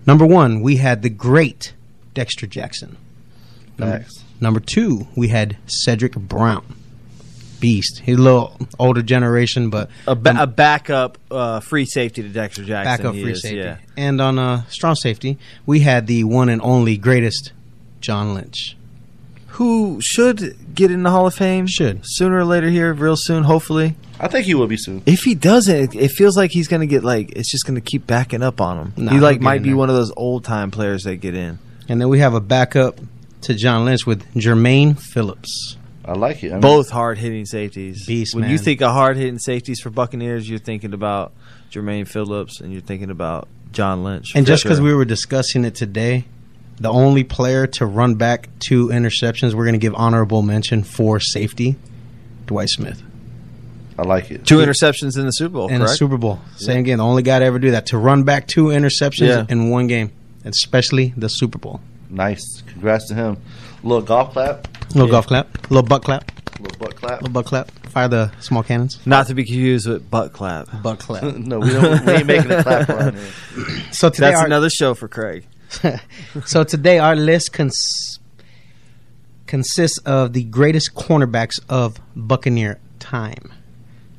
S11: Number one, we had the great Dexter Jackson. Number,
S8: Facts.
S11: number two, we had Cedric Brown. beast. He's a little older generation, but
S14: a, ba- a backup uh, free safety to Dexter Jackson.
S11: backup
S14: he
S11: free
S14: is,
S11: safety.
S14: Yeah.
S11: And on uh, strong safety, we had the one and only greatest John Lynch.
S14: Who should get in the Hall of Fame? Should sooner or later here, real soon, hopefully.
S8: I think he will be soon.
S14: If he doesn't, it, it feels like he's going to get like it's just going to keep backing up on him.
S11: Nah,
S14: he
S11: he'll
S14: like
S11: get in
S14: might be
S11: there.
S14: one of those old time players that get in.
S11: And then we have a backup to John Lynch with Jermaine Phillips.
S8: I like it. I mean-
S14: Both hard hitting safeties.
S11: Beast,
S14: when you
S11: man.
S14: think of hard hitting safeties for Buccaneers, you're thinking about Jermaine Phillips and you're thinking about John Lynch.
S11: And
S14: for
S11: just because
S14: sure.
S11: we were discussing it today, the only player to run back two interceptions, we're going to give honorable mention for safety, Dwight Smith.
S8: I like it.
S14: two interceptions in the Super Bowl,
S11: in the
S14: correct?
S11: Super Bowl. Same game. The only guy to ever do that. To run back two interceptions
S8: Yeah.
S11: in one game, especially the Super Bowl.
S8: Nice. Congrats to him. Little golf clap.
S11: Little golf clap, little butt clap,
S8: Little butt clap.
S11: little butt clap. Fire the small cannons.
S14: Not to be confused with butt clap.
S11: Butt clap.
S8: no, we, don't, we ain't making a clap around here.
S11: So today
S14: that's
S11: our-
S14: another show for Craig.
S11: so today our list cons- consists of the greatest cornerbacks of Buccaneer time.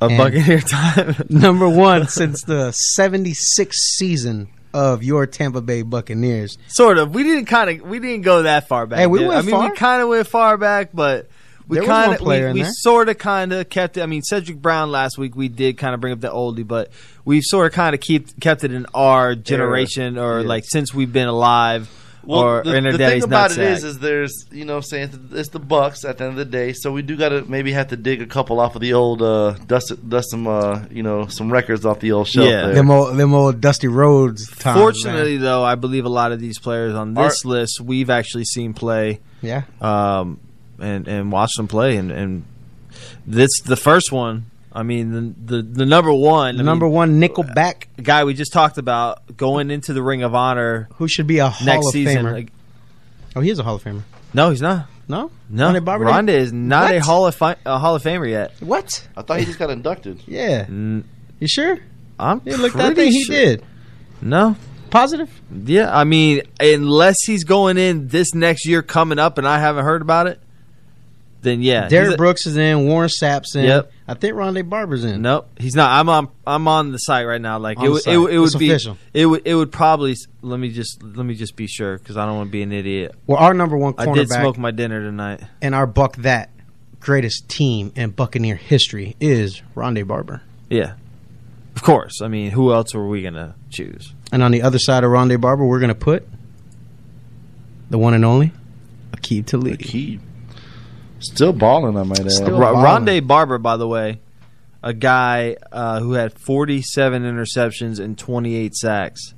S14: Of
S11: And
S14: Buccaneer time.
S11: number one since the 76th season of your Tampa Bay Buccaneers.
S14: Sort of. We didn't kind of. We didn't go that far back.
S11: Hey, we
S14: did-
S11: went
S14: I mean,
S11: far.
S14: we kind of went far back, but we
S11: There was one
S14: kind of
S11: player
S14: we,
S11: in
S14: we
S11: there.
S14: sort of kind of kept it. I mean, Cedric Brown last week we did kind of bring up the oldie, but we've sort of kind of keep kept it in our generation or
S8: Yeah.
S14: like since we've been alive or in our
S8: the
S14: daddy's
S8: thing about
S14: nutsack.
S8: it is, is there's you know what I'm saying it's the Bucks at the end of the day, so we do got to maybe have to dig a couple off of the old uh, dust dust some uh, you know some records off the old shelf.
S14: Yeah.
S8: there.
S11: Them old, them old Dusty Rhodes time.
S14: Fortunately, though, I believe a lot of these players on
S11: Are-
S14: this list we've actually seen play.
S11: Yeah.
S14: Um, and and watched them play, and and this the first one. I mean, the the, the number one, uh,
S11: The number one nickelback
S14: one guy we just talked about going into the Ring of Honor
S11: who should be a Hall
S14: next
S11: of
S14: season.
S11: Famer.
S14: Like,
S11: oh, he is a Hall of Famer.
S14: no, he's not.
S11: No?
S14: No,
S11: Ronda Barber-
S14: Ronda is not a
S11: What?
S14: Hall of Fi- a Hall of Famer yet.
S11: What?
S8: I thought he just got inducted.
S11: Yeah.
S14: N-
S11: You sure?
S14: I'm
S11: Yeah, look, I
S14: pretty
S11: think he
S14: sure-
S11: did.
S14: No,
S11: Positive?
S14: yeah. I mean, unless he's going in this next year coming up, and I haven't heard about it, then yeah,
S11: Derek
S14: he's a-
S11: Brooks is in. Warren Sapp's in.
S14: Yep.
S11: I think Rondé Barber's in.
S14: Nope, he's not. I'm on. I'm on the site right now. Like
S11: On
S14: it,
S11: the
S14: would,
S11: site.
S14: it, would- it
S11: It's
S14: would be.
S11: official.
S14: It would. It would probably. s- Let me just. Let me just be sure because I don't want to be an idiot.
S11: Well, our number one
S14: I did
S11: cornerback-
S14: smoke my dinner tonight.
S11: And our buck that greatest team in Buccaneer history is Rondé Barber.
S14: Yeah, of course. I mean, who else were we gonna choose?
S11: And on the other side of Rondé Barber, we're going to put the one and only Akib Talib.
S8: Akib. Still balling, I might add.
S11: Still
S14: Ro-
S11: balling.
S14: Rondé Barber, by the way, a guy uh, who had 47 interceptions and 28 sacks.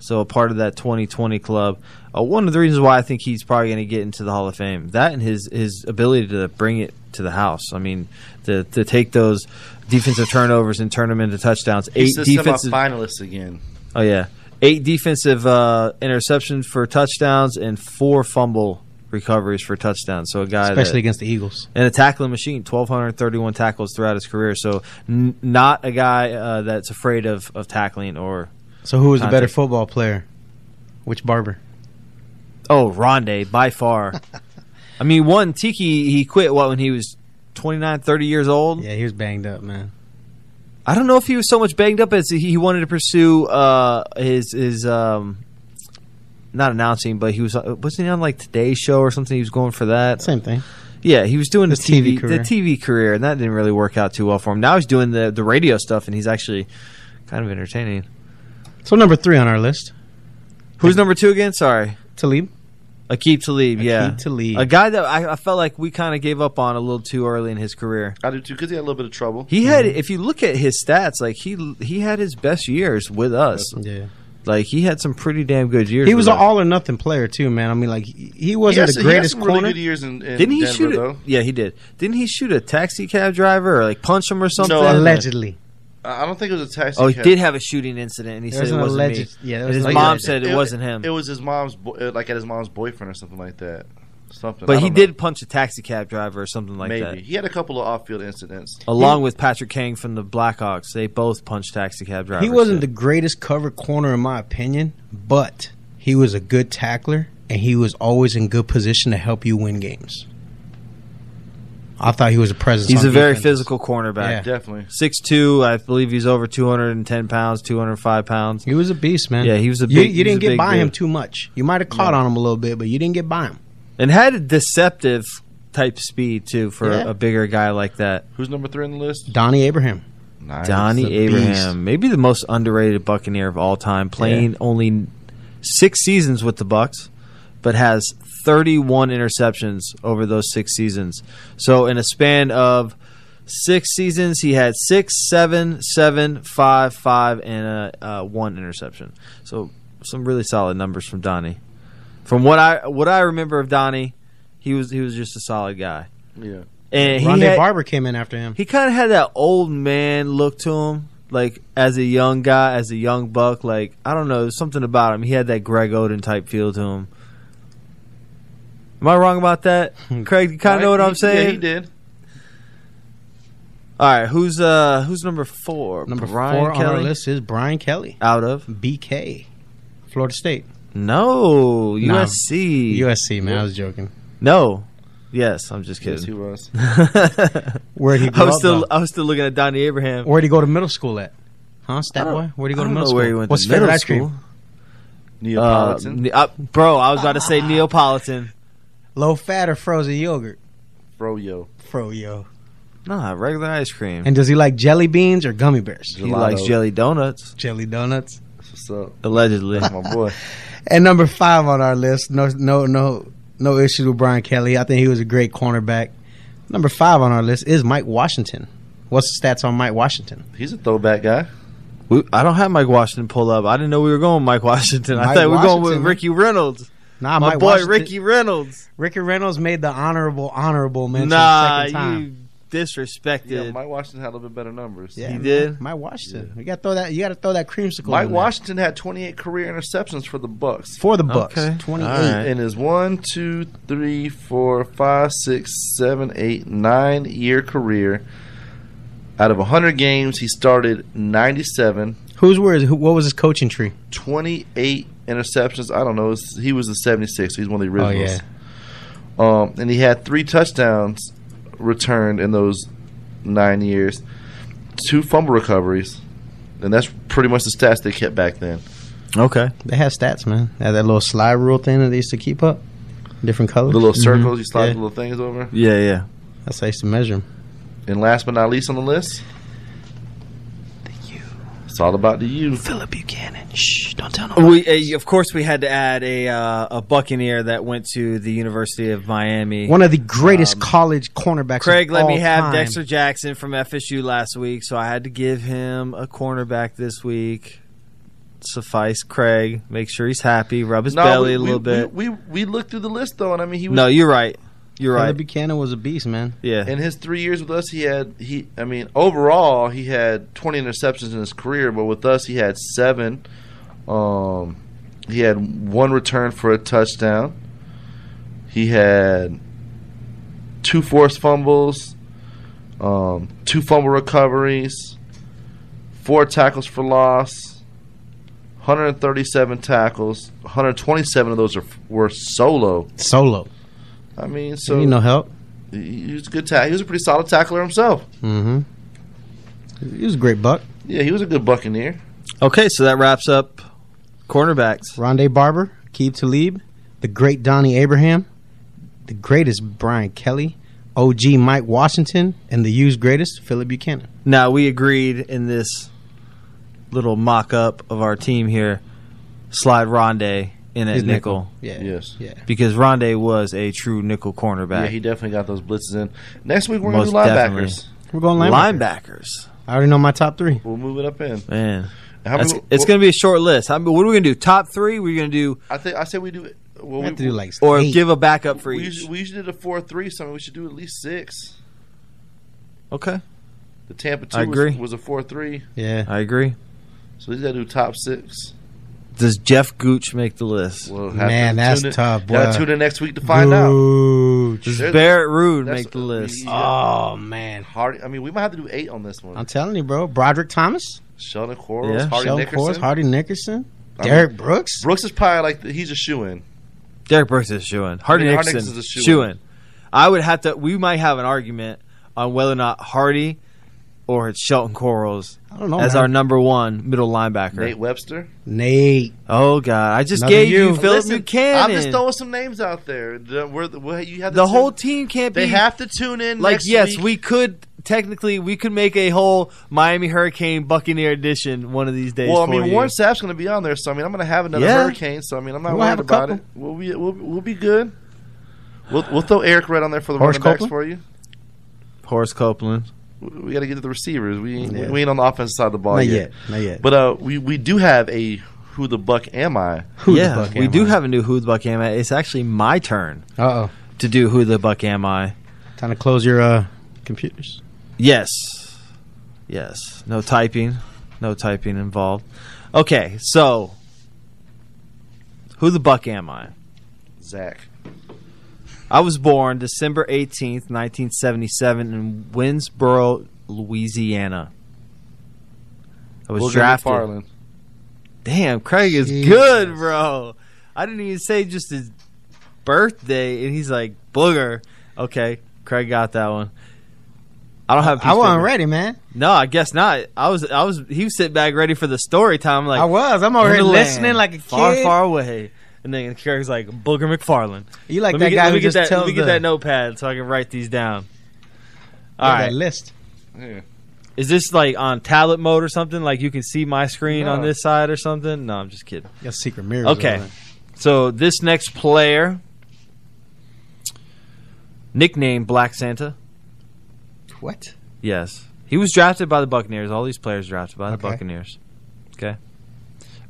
S14: So a part of that 2020 club. Uh, one of the reasons why I think he's probably going to get into the Hall of Fame. That and his his ability to bring it to the house. I mean, to to take those defensive turnovers and turn them into touchdowns.
S8: He's
S14: Eight
S8: the
S14: defensive.
S8: semifinalist again.
S14: Oh yeah, eight defensive uh, interceptions for touchdowns and four fumble recoveries for touchdowns. So a guy, that-
S11: Especially against the Eagles.
S14: and a tackling machine, 1,231 tackles throughout his career. So, n- not a guy uh, that's afraid of, of tackling or.
S11: So who was the better
S14: contact.
S11: football player? Which Barber?
S14: Oh, Rondé, by far. I mean, one, Tiki, he quit, what, when he was 29, 30 years old?
S11: Yeah, he was banged up, man.
S14: I don't know if he was so much banged up as he he wanted to pursue uh, his. his um, not announcing, but he was uh, wasn't he on like Today Show or something? He was going for that.
S11: Same thing.
S14: Yeah, he was doing the
S11: His TV
S14: TV,
S11: career.
S14: the TV career, and that didn't really work out too well for him. Now he's doing the the radio stuff, and he's actually kind of entertaining.
S11: So number three on our list,
S14: Who's number two again? Sorry,
S11: Talib.
S14: Akeem Talib. yeah,
S11: Aqib Talib.
S14: a guy that I, I felt like we kind of gave up on a little too early in his career.
S8: I do too because he had a little bit of trouble.
S14: He had, if you look at his stats, like he he had his best years with us.
S11: Yeah.
S14: Like he had some pretty damn good years.
S11: He was
S14: with
S11: an
S14: us.
S11: all or nothing player too, man. I mean, like he he
S8: He
S11: wasn't
S8: has-
S11: the
S8: he had
S11: greatest
S8: some
S11: corner.
S8: Really good years in, in
S14: Didn't he
S8: Denver,
S14: shoot? A,
S8: though.
S14: yeah, he did. Didn't he shoot a taxi cab driver or like punch him or something?
S8: I
S11: allegedly.
S8: I don't think it was a taxi.
S14: Oh, he
S8: cab.
S14: did have a shooting incident, and he
S11: There
S14: said
S11: was
S14: it
S11: an
S14: wasn't
S11: alleged-
S14: me.
S11: yeah, there
S14: And
S11: was
S14: his
S11: an
S14: mom
S11: alleged-
S14: said it, wasn't him.
S8: It was his mom's, bo- uh, like at his mom's boyfriend or something like that. Something. I
S14: but he
S8: don't know.
S14: did punch a taxi cab driver or something like
S8: Maybe
S14: that.
S8: he had a couple of off-field incidents.
S14: Along with Patrick Kang from the Blackhawks, they both punched taxi cab drivers.
S11: He wasn't the greatest cover corner in my opinion, but he was a good tackler and he was always in good position to help you win games. I thought he was a presence.
S14: He's a
S11: on
S14: very
S11: defense.
S14: physical cornerback.
S11: Yeah.
S6: Definitely.
S14: Six two, I believe he's over two hundred and ten pounds, two hundred five pounds.
S11: He was a beast, man.
S14: Yeah, he was a big.
S11: You,
S14: he was
S11: you didn't
S14: a
S11: get
S14: big
S11: by
S14: dude.
S11: him too much. You might have caught on him a little bit, but you didn't get by him.
S14: and had a deceptive type speed too for
S11: Yeah.
S14: a bigger guy like that.
S6: Who's number three on the list?
S11: Donnie Abraham.
S6: Nice.
S14: Donnie
S11: The
S14: Abraham, maybe the most underrated Buccaneer of all time, playing only six seasons with the Bucks, but has 31 interceptions over those six seasons. So in a span of six seasons, he had six, seven, seven, five, five, and uh, uh, one interception. So some really solid numbers from Donnie. From what I what I remember of Donnie, he was he was just a solid guy.
S6: Yeah.
S14: And he
S11: Rondé
S14: had-
S11: Barber came in after him.
S14: he kind of had that old man look to him, like as a young guy, as a young buck. Like I don't know, there's something about him. He had that Greg Oden type feel to him. Am I wrong about that, Craig? You kind of know what I'm saying?
S6: Yeah, he did.
S14: All right, who's uh who's number four?
S11: Number
S14: Brian
S11: four
S14: Kelly?
S11: on our list is Brian Kelly
S14: out of
S11: BK, Florida State.
S14: No,
S11: No.
S14: USC.
S11: USC, man. I was joking.
S14: No. Yes, I'm just kidding.
S6: Yes, he was.
S11: Where'd he
S14: I
S11: grow
S14: was
S11: up,
S14: still
S11: though?
S14: I was still looking at Donnie Abraham.
S11: Where'd he go to middle school at? Huh, stat
S14: I don't-
S11: boy? Where'd he go
S14: I
S11: to
S14: don't
S11: middle
S14: know
S11: school?
S14: where he went
S11: What's
S14: to
S11: favorite
S14: middle
S11: ice cream?
S14: school.
S6: Neapolitan.
S14: Uh, ne- uh, bro, I was about to say Neapolitan.
S11: Low fat or frozen yogurt?
S6: Froyo.
S11: Froyo.
S14: Nah, regular ice cream.
S11: And does he like jelly beans or gummy bears?
S14: he likes jelly donuts,
S11: jelly donuts.
S6: What's up?
S14: allegedly.
S6: My boy.
S11: And number five on our list, no, no, no, no issues with Brian Kelly. I think he was a great cornerback. Number five on our list is Mike Washington. What's the stats on Mike Washington?
S6: He's a throwback guy.
S14: We, I don't have Mike Washington pull up. I didn't know we were going with Mike Washington. I
S11: Mike
S14: thought we were going
S11: Washington,
S14: with
S11: man.
S14: Ricky Reynolds.
S11: Nah,
S14: My
S11: Mike
S14: boy
S11: Washington-
S14: Ricky Reynolds.
S11: Ricky Reynolds made the honorable honorable mention
S14: Nah,
S11: second time.
S14: you disrespected.
S6: Yeah, Mike Washington had a little bit better numbers.
S11: Yeah,
S14: he
S11: man.
S14: did?
S11: Mike Washington. You got to throw that. You got to throw that creamsicle.
S6: Mike
S11: in there.
S6: Washington had 28 career interceptions for the Bucks.
S11: for the Bucks.
S14: Okay.
S11: Twenty eight.
S14: All right.
S6: And his one, two, three, four, five, six, seven, eight, nine year career. Out of 100 games, he started 97,
S11: Who's where? Is, who, what was his coaching tree?
S6: 28 interceptions. I don't know. it's- He was the 76. He's one of the
S11: Oh,
S6: originals. Um, and he had three touchdowns returned in those nine years, two fumble recoveries. And that's pretty much the stats they kept back then.
S14: Okay.
S11: They had stats, man. They had that little slide rule thing that they used to keep up. Different colors.
S6: The little circles, you slide
S11: Yeah.
S6: the little things over.
S14: Yeah, yeah.
S11: That's how I used to measure them.
S6: And last but not least on the list, the U. It's all about the U.
S11: Philip Buchanan. Shh, don't tell no
S14: We uh, of course we had to add a uh, a Buccaneer that went to the University of Miami.
S11: One of the greatest college cornerbacks.
S14: Um, Craig
S11: of
S14: let me
S11: all
S14: have
S11: time.
S14: Dexter Jackson from FSU last week, so I had to give him a cornerback this week. Suffice, Craig. Make sure he's happy. Rub his
S6: No,
S14: belly
S6: we-
S14: a little
S6: we-
S14: bit.
S6: We, we we looked through the list though, and I mean he was
S14: no, you're right. You're
S11: Philip
S14: right.
S11: Buchanan was a beast, man.
S14: Yeah.
S6: in his three years with us. He had he I mean overall he had 20 interceptions in his career, but with us he had seven. Um, he had one return for a touchdown. He had two forced fumbles, um, two fumble recoveries, four tackles for loss. 137 tackles, 127 of those are, were solo.
S11: Solo.
S6: I mean,
S11: So,
S6: so
S11: you no help.
S6: he he was a good tack. He was a pretty solid tackler himself.
S11: Mm-hmm. He was a great buck.
S6: Yeah, he was a good Buccaneer.
S14: Okay, so that wraps up cornerbacks.
S11: Rondé Barber, Keeb Talib, the great Donnie Abraham, the greatest Brian Kelly, OG Mike Washington, and the U's greatest Philip Buchanan.
S14: Now we agreed in this little mock up of our team here, slide Rondé in at
S11: His
S14: nickel.
S11: Yeah.
S6: Yes.
S11: Yeah.
S14: Because Rondé was a true nickel
S6: Yeah,
S14: cornerback.
S6: he definitely got those blitzes in. Next week we're gonna
S14: Most
S6: do linebackers.
S14: definitely.
S11: We're going linebacker.
S14: Linebackers.
S11: I already know my top three.
S6: We'll move it up in.
S14: Man.
S6: How
S14: That's-
S6: many-
S14: it's
S6: what-
S14: going to be a short list. How, what are we going to do? Top three? We're going to do,
S6: I think I said we do. Well,
S11: We
S6: we,
S11: have to do like
S14: or
S11: eight.
S14: give a backup for
S6: we,
S14: each.
S6: usually, we usually did a four three. Something we should do at least six.
S14: okay,
S6: The Tampa two
S14: I
S6: was-
S14: agree.
S6: Was, a four three.
S11: yeah.
S14: I agree.
S6: So we got to do top six.
S14: Does Jeff Gooch make the list?
S6: We'll
S11: Man, that's
S6: tune in-
S11: tough, boy.
S6: gotta Tune in next week to find out.
S11: Gooch.
S14: Does
S6: There's-
S14: Barrett Rude
S6: that's- uh,
S14: make the list?
S11: Oh man,
S6: Hardy. I mean, we might have to do eight on this one.
S11: I'm telling you, bro. Broderick Thomas,
S6: Sheldon Quarles,
S14: Yeah.
S6: Hardy
S11: Sheldon
S6: Nickerson.
S11: Quarles, Hardy Nickerson,
S6: I mean,
S11: Derek Brooks.
S6: Brooks is probably like the, he's a shoe in.
S14: Derek Brooks is shooing. Hardy
S6: I mean, Hardy
S14: Nixon is
S6: Nixon's a
S14: shooing.
S6: shoo-in.
S14: I would have to. We might have an argument on whether or not Hardy or it's Shelton Quarles
S11: don't know,
S14: as
S11: man.
S14: our number one middle linebacker.
S8: Nate Webster.
S11: Nate.
S14: Oh God, I just
S11: Another
S14: gave you,
S11: you.
S14: Philip
S8: Listen,
S14: Buchanan.
S8: I'm just throwing some names out there. The, we're, the- well, you have to
S14: the
S8: tune-
S14: whole team can't
S8: They
S14: be.
S8: have to tune in.
S14: Like
S8: next
S14: yes,
S8: week.
S14: we could technically we could make a whole Miami Hurricane Buccaneer edition one of these days.
S8: Well, I
S14: for
S8: mean,
S14: you.
S8: Warren Sapp's going to be on there, so I mean, I'm going to have another
S14: Yeah.
S8: hurricane. So I mean, I'm not
S14: We'll
S8: worried
S14: have a
S8: about
S14: couple.
S8: it. We'll be we'll, we'll be good. We'll we'll throw Eric Red on there for the
S14: Horace
S8: running backs
S14: Copeland?
S8: for you.
S14: Horace Copeland.
S8: We- We got to get to the receivers. We ain't,
S14: Yeah.
S8: we ain't on the offensive side of the ball
S14: Not
S8: yet.
S14: yet. Not yet.
S8: But uh, we we do have a who the buck am I?
S14: yeah, we do have a new Who the Buck Am I. It's actually my turn.
S11: Uh oh.
S14: To do Who the Buck Am I.
S11: Time to close your uh, computers.
S14: Yes. Yes. No typing. No typing involved. Okay, so Who the Buck Am I?
S8: Zach.
S14: I was born December 18th, 1977, in Winsboro, Louisiana. I was
S8: Booger
S14: drafted.
S8: McFarland.
S14: Damn, Craig is good, bro. I didn't even say just his birthday, and he's like booger. Okay, Craig got that one. I don't have.
S11: I wasn't
S14: ready.
S11: ready, man.
S14: No, I guess not. I was, I was. He was sitting back ready for the story time. Like
S11: I was. I'm over here
S14: Wonderland,
S11: listening like a
S14: far,
S11: kid.
S14: far away. And then Craig's like Booger McFarland.
S11: You like
S14: Let
S11: that
S14: me get,
S11: guy
S14: let
S11: who
S14: me get
S11: just
S14: that,
S11: tells
S14: Let me get
S11: the-
S14: that notepad so I can write these down. All
S11: Look at
S14: right,
S11: that list.
S14: Is this like on tablet mode or something? Like you can see my screen on
S11: No.
S14: this side or something? No, I'm just kidding.
S11: You got secret mirrors.
S14: Okay.
S11: over there.
S14: So this next player, nicknamed Black Santa.
S11: What?
S14: Yes, he was drafted by the Buccaneers. All these players drafted by the
S11: Okay.
S14: Buccaneers. Okay.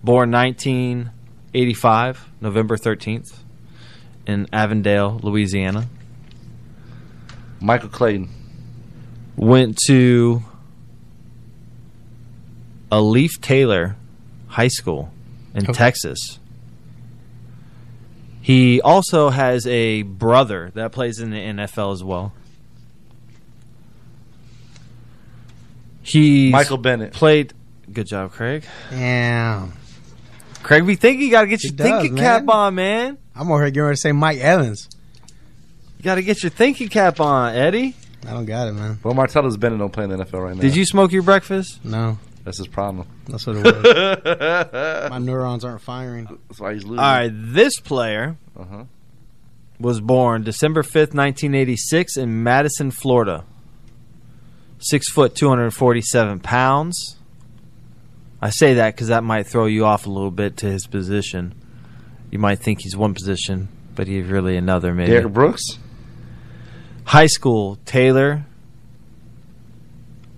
S14: Born 1985, November 13th, in Avondale, Louisiana.
S8: Michael Clayton.
S14: Went to Alif Taylor High School in Texas. He also has a brother that plays in the NFL as well. He
S8: Michael Bennett.
S14: played. Good job, Craig.
S11: Damn.
S14: Craig, we think you got to get
S11: He
S14: your thinking
S11: does,
S14: cap
S11: man.
S14: on, man.
S11: I'm over here getting ready to say Mike Evans.
S14: You got to get your thinking cap on, Eddie.
S11: I don't got it, man.
S8: Well, Martellus Bennett don't play in the NFL right now.
S14: Did you smoke your breakfast?
S11: No.
S8: That's his problem.
S11: That's what it was. My neurons aren't firing.
S8: That's why he's losing.
S14: All right, this player
S8: Uh-huh.
S14: was born December 5th, 1986, in Madison, Florida. Six foot, 247 pounds. I say that because that might throw you off a little bit to his position. You might think he's one position, but he's really another, maybe.
S8: Derrick Brooks.
S14: High school, Taylor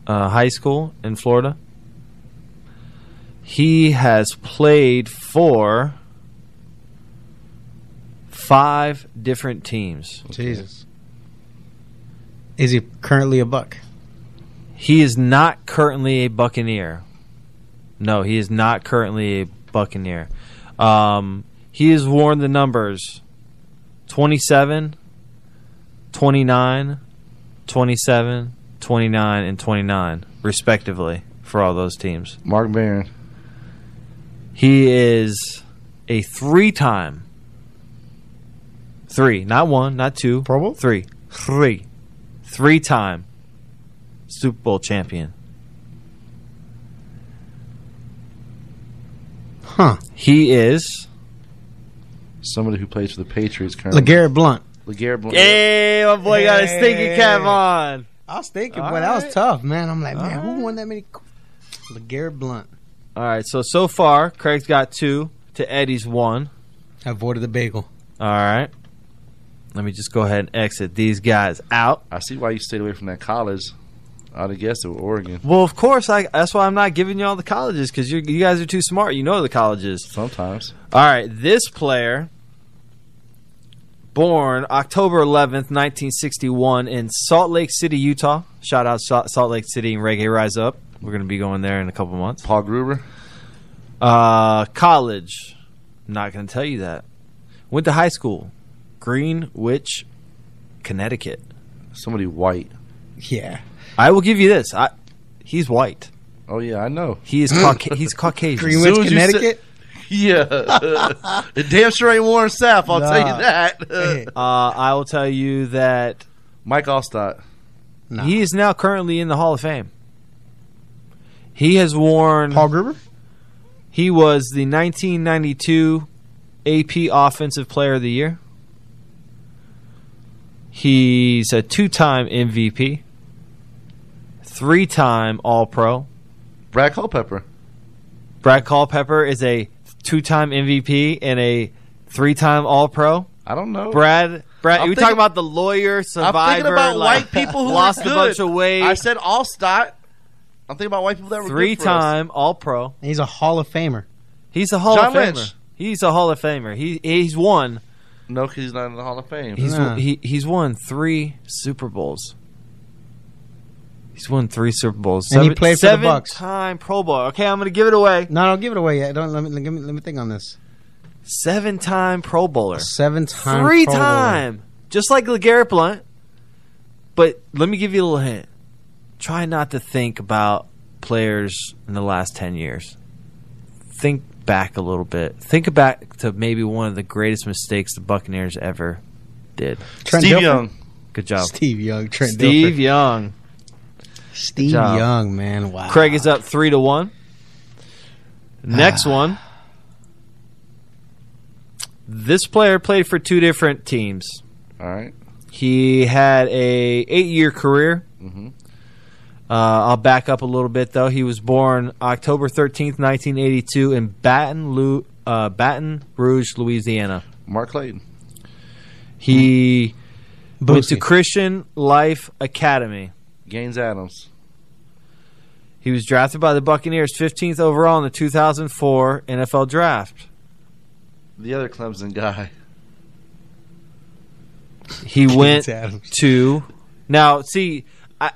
S14: uh, High School in Florida. He has played for five different teams.
S11: Jesus. Is he currently a buck?
S14: He is not currently a Buccaneer. No, he is not currently a Buccaneer. Um, he has worn the numbers 27, 29, 27, 29, and 29, respectively, for all those teams.
S8: Mark Barron.
S14: He is a three time. Three. Not one, not two. Pro Bowl? Three. Three. Three time Super Bowl champion.
S11: Huh.
S14: He is.
S8: Somebody who plays for the Patriots currently.
S11: LeGarrette Blunt.
S8: LeGarrette Blount.
S14: Hey, my boy got his thinking cap
S11: Hey.
S14: on.
S11: I was thinking,
S14: All
S11: but that
S14: right.
S11: was tough, man. I'm like, man, who won that many? LeGarrette Blunt.
S14: All right, so so far, Craig's got two to Eddie's one.
S11: I avoided the bagel.
S14: All right. Let me just go ahead and exit these guys out.
S8: I see why you stayed away from that college. I'd have guessed it was Oregon.
S14: Well, of course, I, that's why I'm not giving you all the colleges because you guys are too smart. You know the colleges.
S8: Sometimes.
S14: All right, this player, born October 11th, 1961, in Salt Lake City, Utah. Shout out Sa- Salt Lake City and Reggae Rise Up. We're going to be going there in a couple months.
S8: Paul Gruber.
S14: Uh, college, not going to tell you that. Went to high school, Greenwich, Connecticut.
S8: Somebody white.
S11: Yeah.
S14: I will give you this. I, he's white.
S8: Oh yeah, I know.
S14: He is Cauca- he's Caucasian.
S11: Greenwich, Connecticut.
S2: yeah. It damn sure ain't Warren Sapp, I'll tell
S7: Nah.
S2: you that.
S7: uh, I will tell you that
S2: Mike Allstott.
S7: He is now currently in the Hall of Fame. He has worn Paul
S11: Gruber.
S7: He was the 1992 AP Offensive Player of the Year. He's a two-time MVP, three-time All-Pro.
S2: Brad Culpepper.
S7: Brad Culpepper is a two-time MVP and a three-time All-Pro.
S2: I don't know.
S7: Brad. Brad,
S2: I'm
S7: you
S2: thinking-
S7: talking about the lawyer survivor?
S2: I'm thinking about
S7: like,
S2: white people who are
S7: lost
S2: good.
S7: a bunch of weight.
S2: I said Allstott. I'm thinking about white people that were good for us.
S7: Three-time All-Pro.
S11: He's a Hall of Famer.
S7: He's a Hall
S2: John
S7: of Famer.
S2: Lynch.
S7: He's a Hall of Famer. He he's won.
S2: No, 'cause he's not in the Hall of Fame.
S7: He's he, he's won three Super Bowls. He's won three Super Bowls.
S11: And he
S7: Seven-
S11: played for the
S7: seven
S11: Bucks.
S7: Time Pro Bowl. Okay, I'm going to give it away.
S11: No, don't give it away yet. Don't let me let me, let me think on this.
S7: Seven time Pro Bowler.
S11: Seven time.
S7: three
S11: Pro Bowler.
S7: time, just like Legarrette Blunt. But let me give you a little hint. Try not to think about players in the last ten years. Think back a little bit. Think back to maybe one of the greatest mistakes the Buccaneers ever did.
S11: Trent Steve Dilfer. Young.
S7: Good job.
S11: Steve Young. Trent
S7: Steve
S11: Dilfer.
S7: Young.
S11: Steve
S7: job.
S11: Young, man. Wow.
S7: Craig is up three to one.
S11: Ah.
S7: Next one. This player played for two different teams.
S2: All right.
S7: He had a eight year career.
S2: Mhm.
S7: Uh, I'll back up a little bit though. He was born October thirteenth, nineteen eighty two, in Baton, Lu- uh, Baton Rouge, Louisiana.
S2: Mark Clayton.
S7: He went to
S2: Boosie.
S7: Christian Life Academy.
S2: Gaines Adams.
S7: He was drafted by the Buccaneers 15th overall in the 2004 NFL Draft.
S2: The other Clemson guy.
S7: He went
S2: Adams.
S7: to now. See, I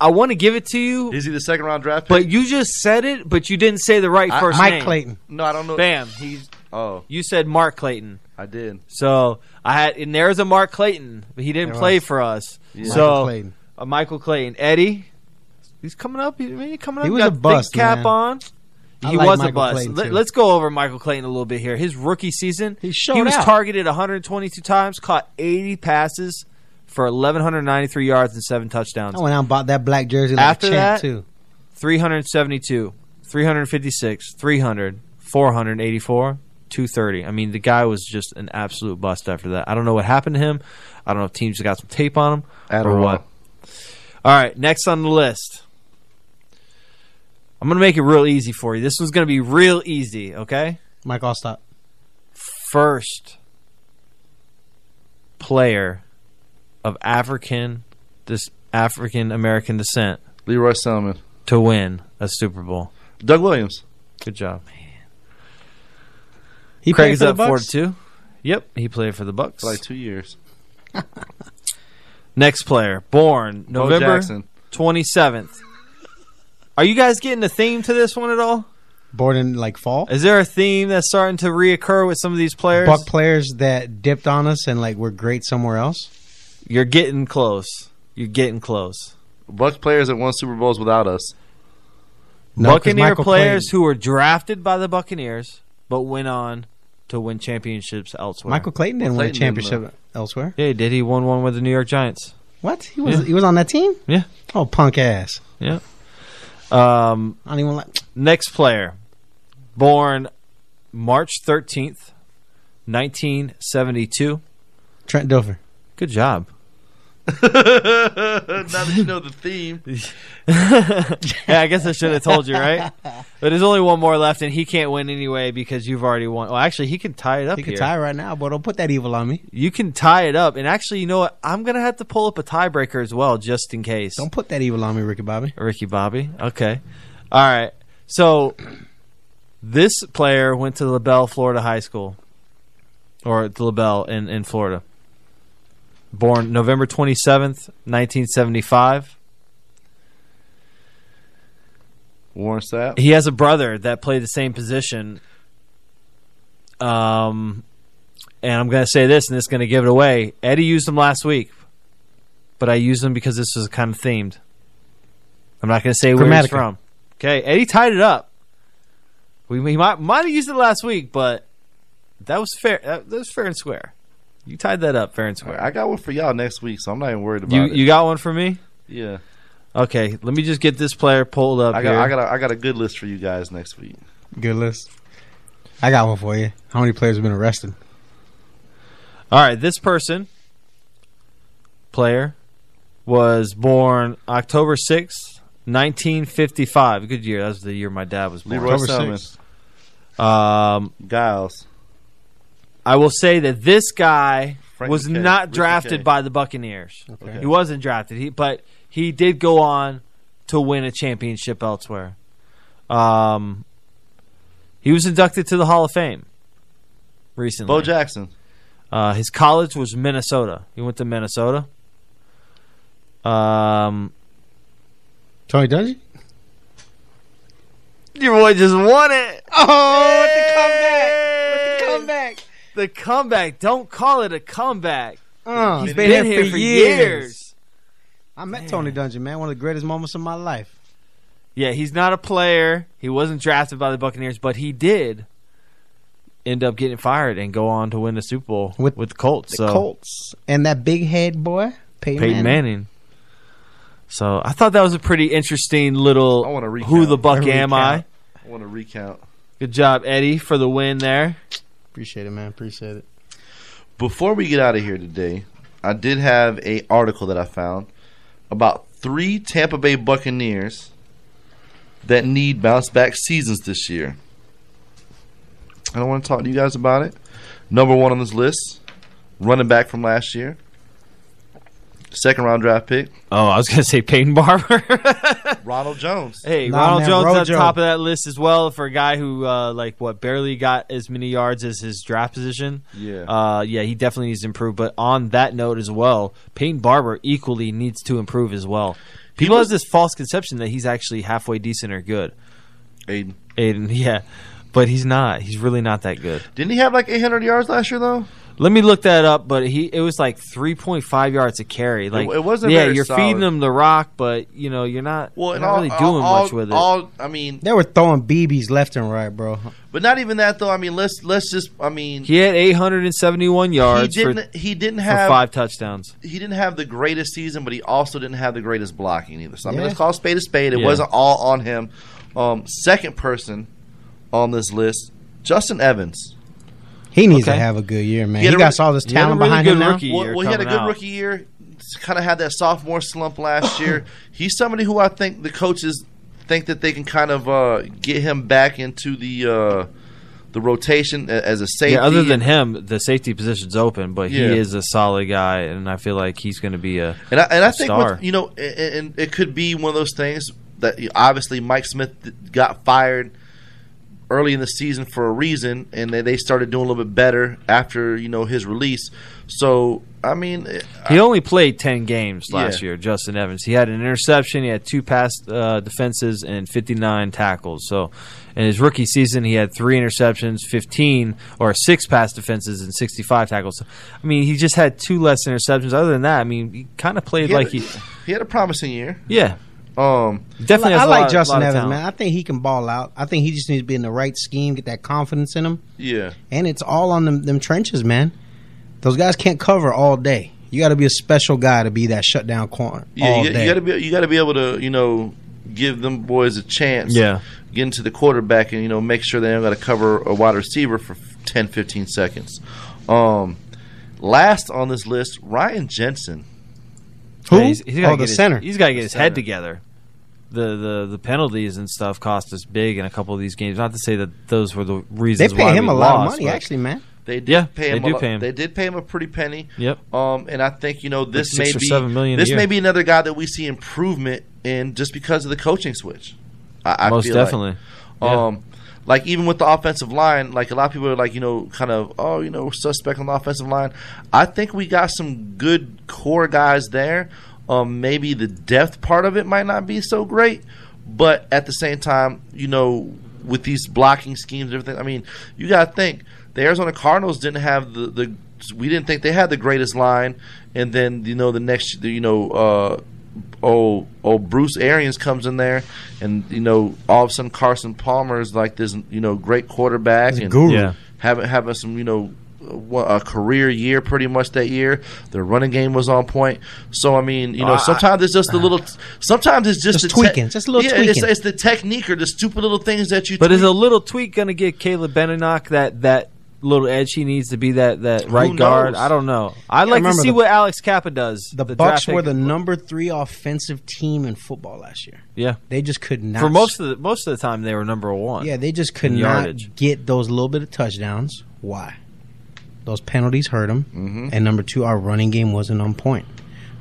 S7: I want to give it to you.
S2: Is he the second round draft?
S7: But you just said it, but you didn't say the right
S2: I-
S7: first
S2: Mike
S7: name.
S2: Clayton. No, I don't know.
S7: Bam. He's
S2: oh.
S7: You said Mark Clayton.
S2: I did.
S7: So I had and there's a Mark Clayton, but he didn't
S2: There
S7: play
S2: was.
S7: for us.
S2: Yeah.
S7: So
S2: Michael Clayton.
S7: uh, Michael Clayton, Eddie. He's coming up. He, I mean, he coming up.
S11: He was
S7: got
S11: a
S7: the big
S11: bust,
S7: cap
S11: man.
S7: on.
S11: I
S7: He
S11: like
S7: was a
S11: Michael
S7: bust.
S11: Clayton,
S7: Let,
S11: too.
S7: us go over Michael Clayton a little bit here. His rookie season, he,
S11: showed
S7: was
S11: out.
S7: targeted 122 times, caught 80 passes for 1193 yards and seven touchdowns.
S11: I went out and bought that black jersey like
S7: After
S11: a
S7: that,
S11: champ too.
S7: 372, 356, 300, 484, 230. I mean, the guy was just an absolute bust after that. I don't know what happened to him. I don't know if teams got some tape on him or
S2: Adderall.
S7: what. All right, next on the list. I'm going to make it real easy for you. This was going to be real easy, okay?
S11: Mike Allstott.
S7: First player of African this African American descent
S2: Leroy Selman.
S7: to win a Super Bowl.
S2: Doug Williams.
S7: Good job.
S11: He
S7: Craig
S11: played
S7: is
S11: for the
S7: up four
S11: Bucks?
S7: to two. Yep, he played for the Bucks.
S2: For like two years.
S7: Next player, born
S2: Bo
S7: November
S2: Jackson.
S7: twenty seventh. Are you guys getting a theme to this one at all?
S11: Born in like fall.
S7: Is there a theme that's starting to reoccur with some of these players?
S11: Buck players that dipped on us and like were great somewhere else.
S7: You're getting close. You're getting close.
S2: Bucks players that won Super Bowls without us.
S11: No, 'cause
S7: Buccaneer
S11: Michael
S7: players
S11: Clayton-
S7: who were drafted by the Buccaneers but went on to win championships elsewhere.
S11: Michael Clayton didn't win a
S7: Clayton
S11: championship elsewhere.
S7: Yeah, he did. He won one with the New York Giants.
S11: What? He was
S7: Yeah.
S11: he was on that team?
S7: Yeah.
S11: Oh, punk ass.
S7: Yeah. Um,
S11: I don't even like.
S7: Next player, born March thirteenth, nineteen seventy-two.
S11: Trent Dilfer.
S7: Good job.
S2: now that you know the theme.
S7: yeah, I guess I should have told you, right? But there's only one more left, and he can't win anyway because you've already won. Well, actually, he can tie it up.
S11: He could
S7: here.
S11: tie right now, but don't put that evil on me.
S7: You can tie it up, and actually, you know what? I'm gonna have to pull up a tiebreaker as well, just in case.
S11: Don't put that evil on me, Ricky Bobby.
S7: Ricky Bobby. Okay. All right. So this player went to LaBelle, Florida High School, or to LaBelle in, in Florida. Born November 27th, 1975.
S2: Warren Sapp.
S7: He has a brother that played the same position. Um, and I'm going to say this, and this is going to give it away. Eddie used him last week, but I used him because this was kind of themed. I'm not going to say where he's
S11: Grammatica.
S7: from. Okay, Eddie tied it up.
S14: We, we might might have used it last week, but that was fair. That, that was fair and square. You tied that up fair and square.
S8: I got one for y'all next week, so I'm not even worried about
S14: You
S8: it.
S14: you got one for me?
S8: yeah.
S14: Okay, let me just get this player pulled up
S8: I got
S14: here.
S8: I got a, I got a good list for you guys next week.
S11: Good list. I got one for you. How many players have been arrested?
S14: All right, this person player was born October 6th, 1955. Good year. That was the year my dad was born.
S8: Leroy October Selman. 6th.
S14: Um,
S8: Giles.
S14: I will say that this guy
S8: Frank
S14: was
S8: McKay.
S14: not
S8: Rick
S14: drafted
S8: McKay.
S14: by the Buccaneers.
S8: Okay.
S14: He wasn't drafted. He but he did go on to win a championship elsewhere. Um, he was inducted to the Hall of Fame recently.
S8: Bo Jackson.
S14: Uh, his college was Minnesota. He went to Minnesota. Um,
S11: Tony Dungy?
S14: Your boy just won it.
S15: Oh, comeback! With
S14: with the
S15: the comeback!
S14: the comeback. Don't call it a comeback.
S11: Uh,
S14: He's been, here for years.
S11: I met Tony Dungy, man. One of the greatest moments of my life.
S14: Yeah, he's not a player. He wasn't drafted by the Buccaneers, but he did end up getting fired and go on to win the Super Bowl with, the Colts. so
S11: Colts. And that big head boy, Peyton,
S14: Peyton Manning. So I thought that was a pretty interesting little.
S8: I want to recount.
S14: Who the buck am I?
S8: Recount. I want to recount.
S14: Good job, Eddie, for the win there.
S11: Appreciate it, man. Appreciate it.
S8: Before we get out of here today, I did have a article that I found about three Tampa Bay Buccaneers that need bounce back seasons this year. I don't want to talk to you guys about it. Number one on this list, running back from last year, second round draft pick,
S14: Oh, I was gonna say Peyton Barber.
S8: Ronald Jones.
S14: Hey,
S8: Nah,
S14: Ronald
S8: man,
S14: Jones at the
S8: Rojo.
S14: top of that list as well for a guy who uh, like what barely got as many yards as his draft position.
S8: Yeah.
S14: uh, yeah, he definitely needs to improve. But on that note as well, Peyton Barber equally needs to improve as well. People have this false conception that he's actually halfway decent or good.
S8: Aiden,
S14: Aiden, yeah, but he's not. He's really not that good.
S8: Didn't he have like 800 yards last year though?
S14: Let me look that up, but he it was like three point five yards a carry. Like
S8: it wasn't
S14: Yeah,
S8: very
S14: you're
S8: solid.
S14: feeding him the rock, but you know you're not, you're
S8: and
S14: not
S8: all-
S14: really doing
S8: all- all-
S14: much with it.
S8: all- I mean,
S11: They were throwing BBs left and right, bro.
S8: but not even that though. I mean, let's let's just. I mean,
S14: He had 871 yards.
S8: He
S14: for-
S8: didn't. he didn't
S14: for
S8: have
S14: five touchdowns.
S8: He didn't have the greatest season, but he also didn't have the greatest blocking either. So I mean,
S14: Yeah.
S8: let's call a spade a spade. It
S14: Yeah.
S8: wasn't all on him. Um, second person on this list, Justin Evans.
S11: He needs to have a good year, man. He,
S8: had a
S11: got
S8: really-
S11: all this
S8: he had a
S11: talent
S8: really
S11: behind
S8: good
S11: him now.
S8: rookie Well, well, he had a good rookie year. Kind of had that sophomore slump last year. He's somebody who I think the coaches think that they can kind of uh, get him back into the uh, the rotation a- as a safety.
S14: Yeah, other than him, the safety position's open, but
S8: Yeah.
S14: he is a solid guy, and I feel like he's going to be a
S8: And I, and I
S14: a
S8: think
S14: star.
S8: with, you know, and, and it could be one of those things that you know, obviously Mike Smith got fired early in the season for a reason, and they, they started doing a little bit better after you know his release. So I mean, eh, it-
S14: he only played ten games last
S8: Yeah.
S14: year. Justin Evans, he had an interception, he had two pass uh, defenses, and fifty nine tackles. So, in his rookie season, he had three interceptions, fifteen or six pass defenses, and sixty five tackles. I mean, he just had two less interceptions. Other than that, I mean, he kind of played
S8: he had,
S14: like
S8: a-
S14: he,
S8: he had a promising year.
S14: yeah.
S8: Um,
S14: definitely.
S11: I
S14: has a
S11: like
S14: lot-
S11: Justin
S14: lot of
S11: Evans,
S14: talent.
S11: man. I think he can ball out. I think he just needs to be in the right scheme, get that confidence in him.
S8: Yeah.
S11: And it's all on them, them trenches, man. Those guys can't cover all day. You got to be a special guy to be that shutdown corner
S8: Yeah,
S11: all
S8: you, got-
S11: day.
S8: you got to be you got to be able to you know give them boys a chance.
S11: Yeah.
S8: get into the quarterback and you know make sure they don't got to cover a wide receiver for 10, 15 seconds. Um, last on this list, Ryan Jensen.
S11: Who?
S14: Yeah, he's, he's gotta
S11: Oh, the
S14: get his-
S11: center.
S14: he's got to get
S8: The
S14: his
S8: center.
S14: head together. The, the the penalties and stuff cost us big in a couple of these games. Not to say that those were the
S11: they
S14: reasons.
S11: pay
S14: why
S11: him
S14: we
S11: a lot of
S14: lost,
S11: money,
S14: but-
S11: actually, man.
S8: They did
S14: Yeah,
S8: pay
S14: they
S8: him.
S14: do
S8: a lo-
S14: pay him.
S8: They did pay him a pretty penny.
S14: Yep.
S8: Um, and I think you know this
S14: six
S8: may
S14: or
S8: be
S14: seven million a
S8: this
S14: year.
S8: may be another guy that we see improvement in just because of the coaching switch. I, I
S14: Most
S8: feel like.
S14: definitely.
S8: Um, like even with the offensive line, like a lot of people are like you know kind of oh you know suspect on the offensive line. I think we got some good core guys there. Um, maybe the depth part of it might not be so great, but at the same time, you know, with these blocking schemes, and everything. I mean, you got to think the Arizona Cardinals didn't have the, the we didn't think they had the greatest line, and then you know the next you know uh, oh oh Bruce Arians comes in there, and you know all of a sudden Carson Palmer is like this you know great quarterback
S11: He's a
S8: and
S11: guru. Yeah.
S8: having having some you know a career year pretty much that year. Their running game was on point. So I mean you know
S11: Uh,
S8: sometimes it's just a little sometimes it's just,
S11: Just
S8: the te-
S11: tweaking, just a little
S8: yeah, it's,
S11: tweaking.
S8: it's the technique or the stupid little things that you
S14: But is
S8: tweak.
S14: a little tweak going to get Caleb Beninock that that little edge he needs to be that that right guard?
S11: knows?
S14: I don't know. I'd
S11: Yeah,
S14: like to
S11: remember
S14: see
S11: the-
S14: what Alex Kappa does.
S11: The,
S14: draft
S11: Bucks
S14: pick.
S11: were the number three offensive team in football last year.
S14: yeah
S11: They just could not
S14: for most of the most of the time they were number one.
S11: Yeah, they just could
S14: in
S11: not
S14: yardage.
S11: get those little bit of touchdowns. Why? Those penalties hurt them.
S8: Mm-hmm.
S11: And number two, our running game wasn't on point.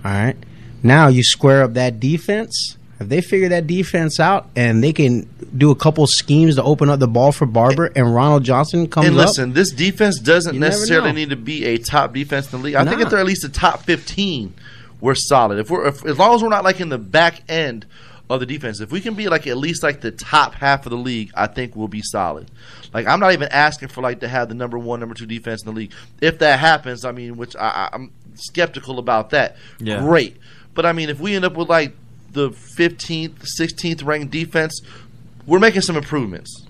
S11: All right. Now you square up that defense. If they figure that defense out and they can do a couple schemes to open up the ball for Barber and Ronald Johnson comes
S8: and
S11: up.
S8: listen, this defense doesn't
S11: You never
S8: necessarily
S11: know.
S8: need to be a top defense in the league. I think
S11: Nah.
S8: if they're at least a top fifteen, we're solid. If we're if, as long as we're not like in the back end of the defense, if we can be like at least like the top half of the league, I think we'll be solid. Like I'm not even asking for like to have the number one, number two defense in the league. If that happens, I mean, which I, I- I'm skeptical about that.
S14: Yeah.
S8: Great, but I mean, if we end up with like the 15th, 16th ranked defense, we're making some improvements.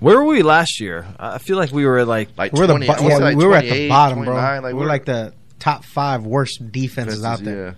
S14: Where were we last year? I I feel like we were like
S8: like
S11: we're the bu- yeah, we were at the bottom, bro.
S8: like,
S11: we're,
S8: we're-
S11: like the top five worst defenses, out there.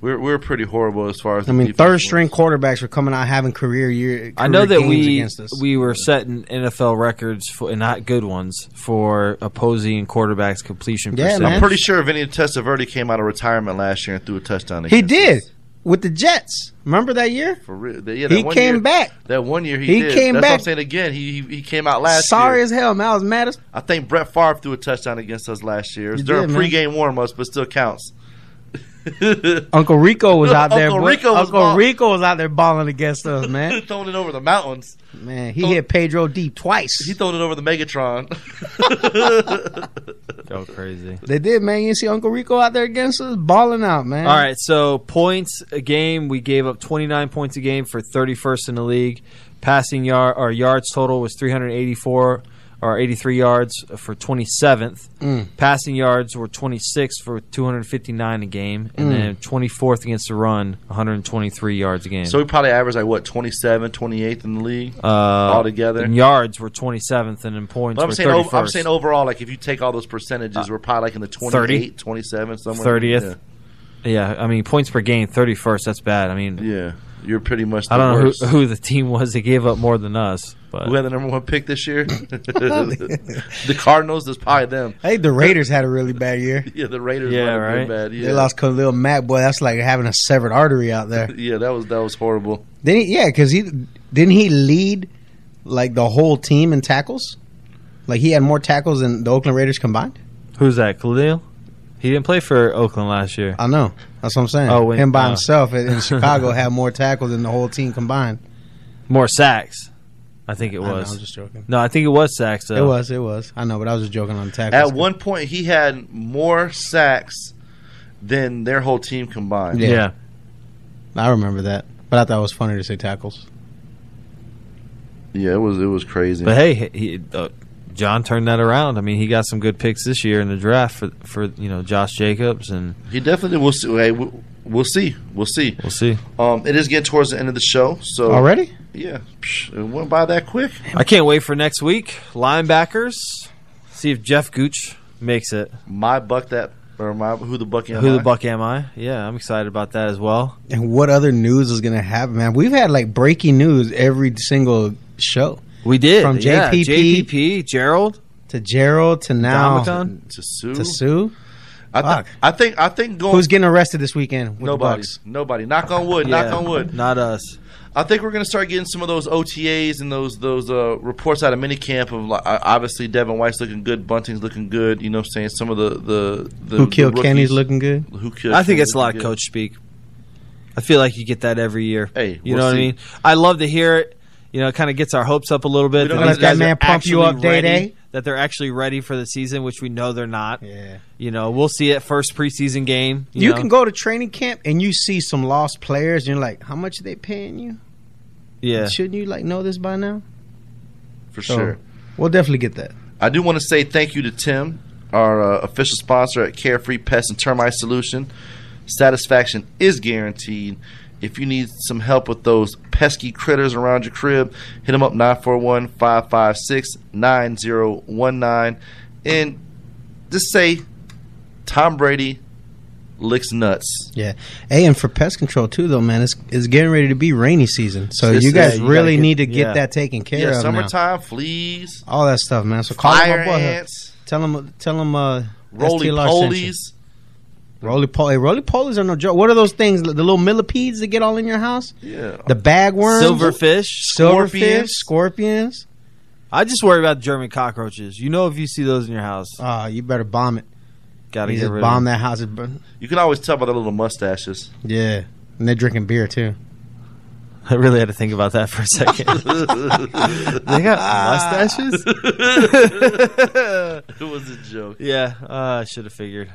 S8: We're we're pretty horrible as far as
S11: I
S8: the
S11: mean,
S8: defense.
S11: third string quarterbacks were coming out having career year. Career
S14: I know that
S11: games
S14: we
S11: against us.
S14: we were setting NFL records for, and not good ones for opposing quarterbacks completion percentage.
S8: I'm pretty sure Vinny Testaverde came out of retirement last year and threw a touchdown.
S11: He
S8: against
S11: did
S8: us.
S11: with the Jets. Remember that year?
S8: for real. Yeah, that
S11: He
S8: one
S11: came
S8: year-
S11: back.
S8: That one year he,
S11: He
S8: did.
S11: came
S8: That's what I'm
S11: back.
S8: saying again. He he, he came out last.
S11: Sorry
S8: year.
S11: as hell, man. I was mad as
S8: I think Brett Favre threw a touchdown against us last year. It was
S11: You
S8: during
S11: did, man.
S8: pregame warm-ups, but still counts.
S11: Uncle Rico was out there.
S8: Uncle
S11: but-
S8: Rico was
S11: Uncle
S8: ball-
S11: Rico was out there balling against us, man.
S8: throwing it over the mountains.
S11: Man, he hit Pedro deep twice.
S8: He thrown it over the Megatron.
S14: Go crazy.
S11: They did, man. You see Uncle Rico out there against us, balling out, man.
S14: All right, so points a game. We gave up 29 points a game for 31st in the league. Passing yard or yards total was 384 or 83 yards for 27th.
S11: Mm.
S14: Passing yards were 26 for 259 a game, and
S8: Mm.
S14: then 24th against the run, 123 yards a game.
S8: so we probably averaged like what 27, 28th in the league
S14: uh,
S8: altogether.
S14: in yards were 27th, and in points
S8: But I'm
S14: were Uh,
S8: saying,
S14: 31st.
S8: over, I'm saying overall, like if you take all those percentages, we're probably like in the 28, 27, somewhere.
S14: 30th. Yeah. I mean points per game, 31st. That's bad. I mean,
S8: yeah, you're pretty much.
S14: I
S8: the
S14: don't
S8: worst.
S14: know who, who the team was that gave up more than us,
S8: Yeah.
S14: but
S8: Who had the number one pick this year? the Cardinals. That's probably them.
S11: I think the Raiders had a really bad year.
S8: Yeah, the Raiders.
S14: Yeah,
S8: were pretty
S14: right.
S8: Bad. Yeah.
S11: They lost Khalil Mack. Boy, that's like having a severed artery out there.
S8: Yeah, that was that was horrible.
S11: Then he, yeah, because he didn't he lead like the whole team in tackles. Like he had more tackles than the Oakland Raiders combined.
S14: who's that? Khalil? He didn't play for Oakland last year.
S11: I know. That's what I'm saying.
S14: Oh, wait,
S11: him by
S14: uh.
S11: himself in in Chicago had more tackles than the whole team combined.
S14: More sacks. I think it
S11: I know,
S14: was.
S11: I'm just joking.
S14: No, I think it was sacks. Though.
S11: It was, it was. I know, but I was just joking on the tackles.
S8: At one point, he had more sacks than their whole team combined.
S11: Yeah. Yeah. I remember that, but I thought it was funny to say tackles.
S8: Yeah, it was it was crazy.
S14: But hey, he, he- uh, John turned that around. I mean, he got some good picks this year in the draft for for you know Josh Jacobs and
S8: He definitely will see. Hey, we- we'll see. We'll see.
S14: we'll see.
S8: Um, it is getting towards the end of the show. So
S14: Already?
S8: Yeah, Psh, it went by that quick.
S14: I can't wait for next week. Linebackers. See if Jeff Gooch makes it.
S8: My buck that or my who the buck am
S14: Who
S11: Uh,
S14: the
S8: I?
S14: buck am I? Yeah, I'm excited about that as well.
S11: And what other news is going to happen, man? We've had like breaking news every single show.
S14: We did
S11: from
S14: yeah,
S11: JPP,
S14: JPP, Gerald
S11: to Gerald to now
S14: Domicon?
S8: to Sue.
S11: to Sue.
S8: I, th- I think I think going
S11: Who's getting arrested this weekend? With the
S8: nobody
S11: Bucks?
S8: nobody knock on wood
S14: Yeah,
S8: knock on wood
S14: Not us.
S8: I think we're gonna start getting some of those OTAs and those those uh, reports out of minicamp of like, uh, obviously Devin White's looking good Bunting's looking good you know what I'm saying some of the the, the
S11: Who
S8: the
S11: killed Kenny's
S8: rookies.
S11: looking good?
S8: who killed
S14: I think
S8: Kenny
S14: it's a lot of
S8: looking
S14: coach speak. I feel like you get that every year.
S8: Hey,
S14: you
S8: we'll
S14: know what I
S8: see.
S14: mean? I love to hear it. You know, it kind of gets our hopes up a little bit.
S8: We don't
S14: these
S8: let that
S14: guys are
S8: man pump you
S14: actually
S8: up day
S14: ready-
S8: day.
S14: That they're actually ready for the season, which we know they're not.
S11: Yeah.
S14: You know, we'll see it first preseason game.
S11: You,
S14: know?
S11: can go to training camp and you see some lost players, and you're like, "How much are they paying you?
S14: Yeah.
S11: Shouldn't you like know this by now?"
S8: good, for
S11: So,
S8: sure
S11: We'll definitely get that.
S8: I do want to say thank you to Tim, our uh, official sponsor at Carefree Pest and Termite Solution.
S2: Satisfaction is guaranteed. If you need some help with those pesky critters around your crib, hit them up 941 556 9019 and just say Tom Brady licks nuts.
S11: Yeah. Hey, and for pest control too, though, man, it's, it's getting ready to be rainy season, so
S2: This
S11: you
S2: is-
S11: guys
S2: yeah, you gotta
S11: really
S2: get-
S11: need to get
S2: yeah.
S11: that taken care
S2: Yeah,
S11: of. now.
S2: summertime, fleas,
S11: all that stuff, man. So call
S2: fire
S11: my boy.
S2: ants,
S11: Tell him, tell him, uh,
S2: roly
S11: STLR sent you.
S2: polies.
S11: Roly poly, roly polies are no joke. What are those things? The little millipedes that get all in your house?
S2: Yeah.
S11: The bagworms,
S14: Silverfish,
S11: silverfish,
S14: scorpions.
S11: scorpions.
S14: I just worry about German cockroaches. You know, if you see those in your house,
S8: Uh,
S11: ah, you better bomb it.
S14: Gotta
S11: You
S14: get
S11: just
S14: rid
S11: bomb
S14: of
S11: that house. It burn-
S2: You can always tell by their little mustaches.
S11: Yeah, and they're drinking beer too.
S14: I really had to think about that for a second. they got mustaches.
S2: it was a joke.
S14: yeah, uh, I should have figured.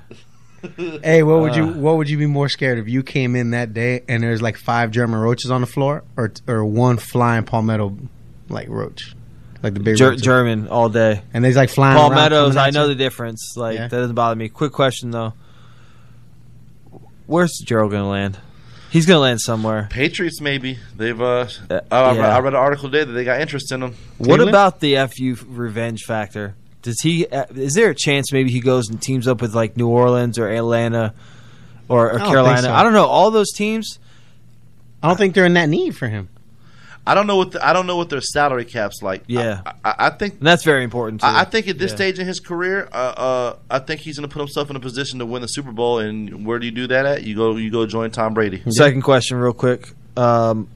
S11: Hey, what would you
S14: Uh,
S11: what would you be more scared if you came in that day and there's like five German roaches on the floor, or or one flying palmetto like roach, like the big
S14: Ger-
S11: roach?
S14: German all day,
S11: and they's like flying. around,
S14: Palmettos,
S11: coming
S14: I
S11: at
S14: know
S11: you?
S14: the difference. Like
S11: Yeah.
S14: that doesn't bother me. Quick question though, where's Gerald gonna land? He's gonna land somewhere.
S2: Patriots, maybe they've. Uh, I, I read,
S14: yeah.
S2: I read an article today that they got interest in them.
S14: What about the fu revenge factor? Does he? uh, Is there a chance maybe he goes and teams up with like New Orleans or Atlanta or, or
S11: I don't think
S14: Carolina?
S11: so.
S14: I don't know. All those teams.
S11: I don't think they're in that need for him.
S2: I don't know what the, I don't know what their salary caps like.
S14: Yeah,
S2: I, I, I think
S14: and that's very important. Too.
S2: I, I think at this
S14: Yeah.
S2: stage in his career, uh, uh, I think he's going to put himself in a position to win the Super Bowl. And where do you do that at? You go, you go join Tom Brady.
S14: Second question, real quick. Um,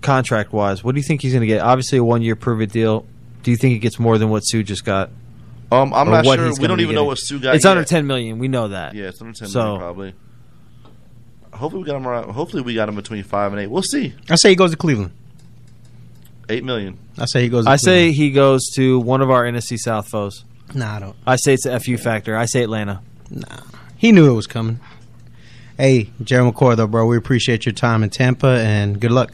S14: contract wise, what do you think he's going to get? Obviously, a one year prove it deal. Do you think he gets more than what Sue just got?
S2: Um, I'm
S14: Or
S2: not
S14: what
S2: sure.
S14: he's
S2: We
S14: gonna
S2: don't
S14: be
S2: even know
S14: getting?
S2: what Sue got.
S14: It's
S2: yet.
S14: under ten million. We know that.
S2: Yeah, it's under ten
S14: So-
S2: million probably. Hopefully we got him around. Hopefully we got him between five and eight. We'll see.
S11: I say he goes to Cleveland.
S2: Eight million.
S11: I say he goes. To
S14: I say he goes to one of our NFC South foes.
S11: Cleveland. nah, I don't.
S14: I say it's a FU factor. I say Atlanta.
S11: He knew it was coming. Hey, Jerry McCoy, though, bro, we appreciate your time in Tampa and good luck.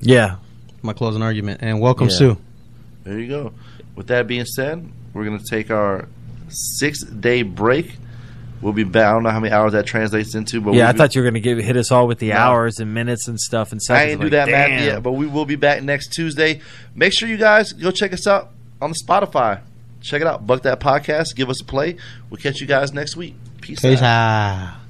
S14: Yeah.
S11: My closing argument. And welcome,
S2: Yeah.
S11: Sue.
S2: There you go. With that being said, we're going to take our six day break. We'll be back. I don't know how many hours that translates into, but
S14: yeah, I
S2: we'll be-
S14: thought you were going to give hit us all with the
S2: No.
S14: hours and minutes and stuff and seconds.
S2: I ain't
S14: I'm
S2: do that
S14: like,
S2: math
S14: damn.
S2: yet, but we will be back next Tuesday. Make sure you guys go check us out on the Spotify. Check it out. Buck that podcast. Give us a play. We'll catch you guys next week. Peace,
S11: Peace
S2: out.
S11: out.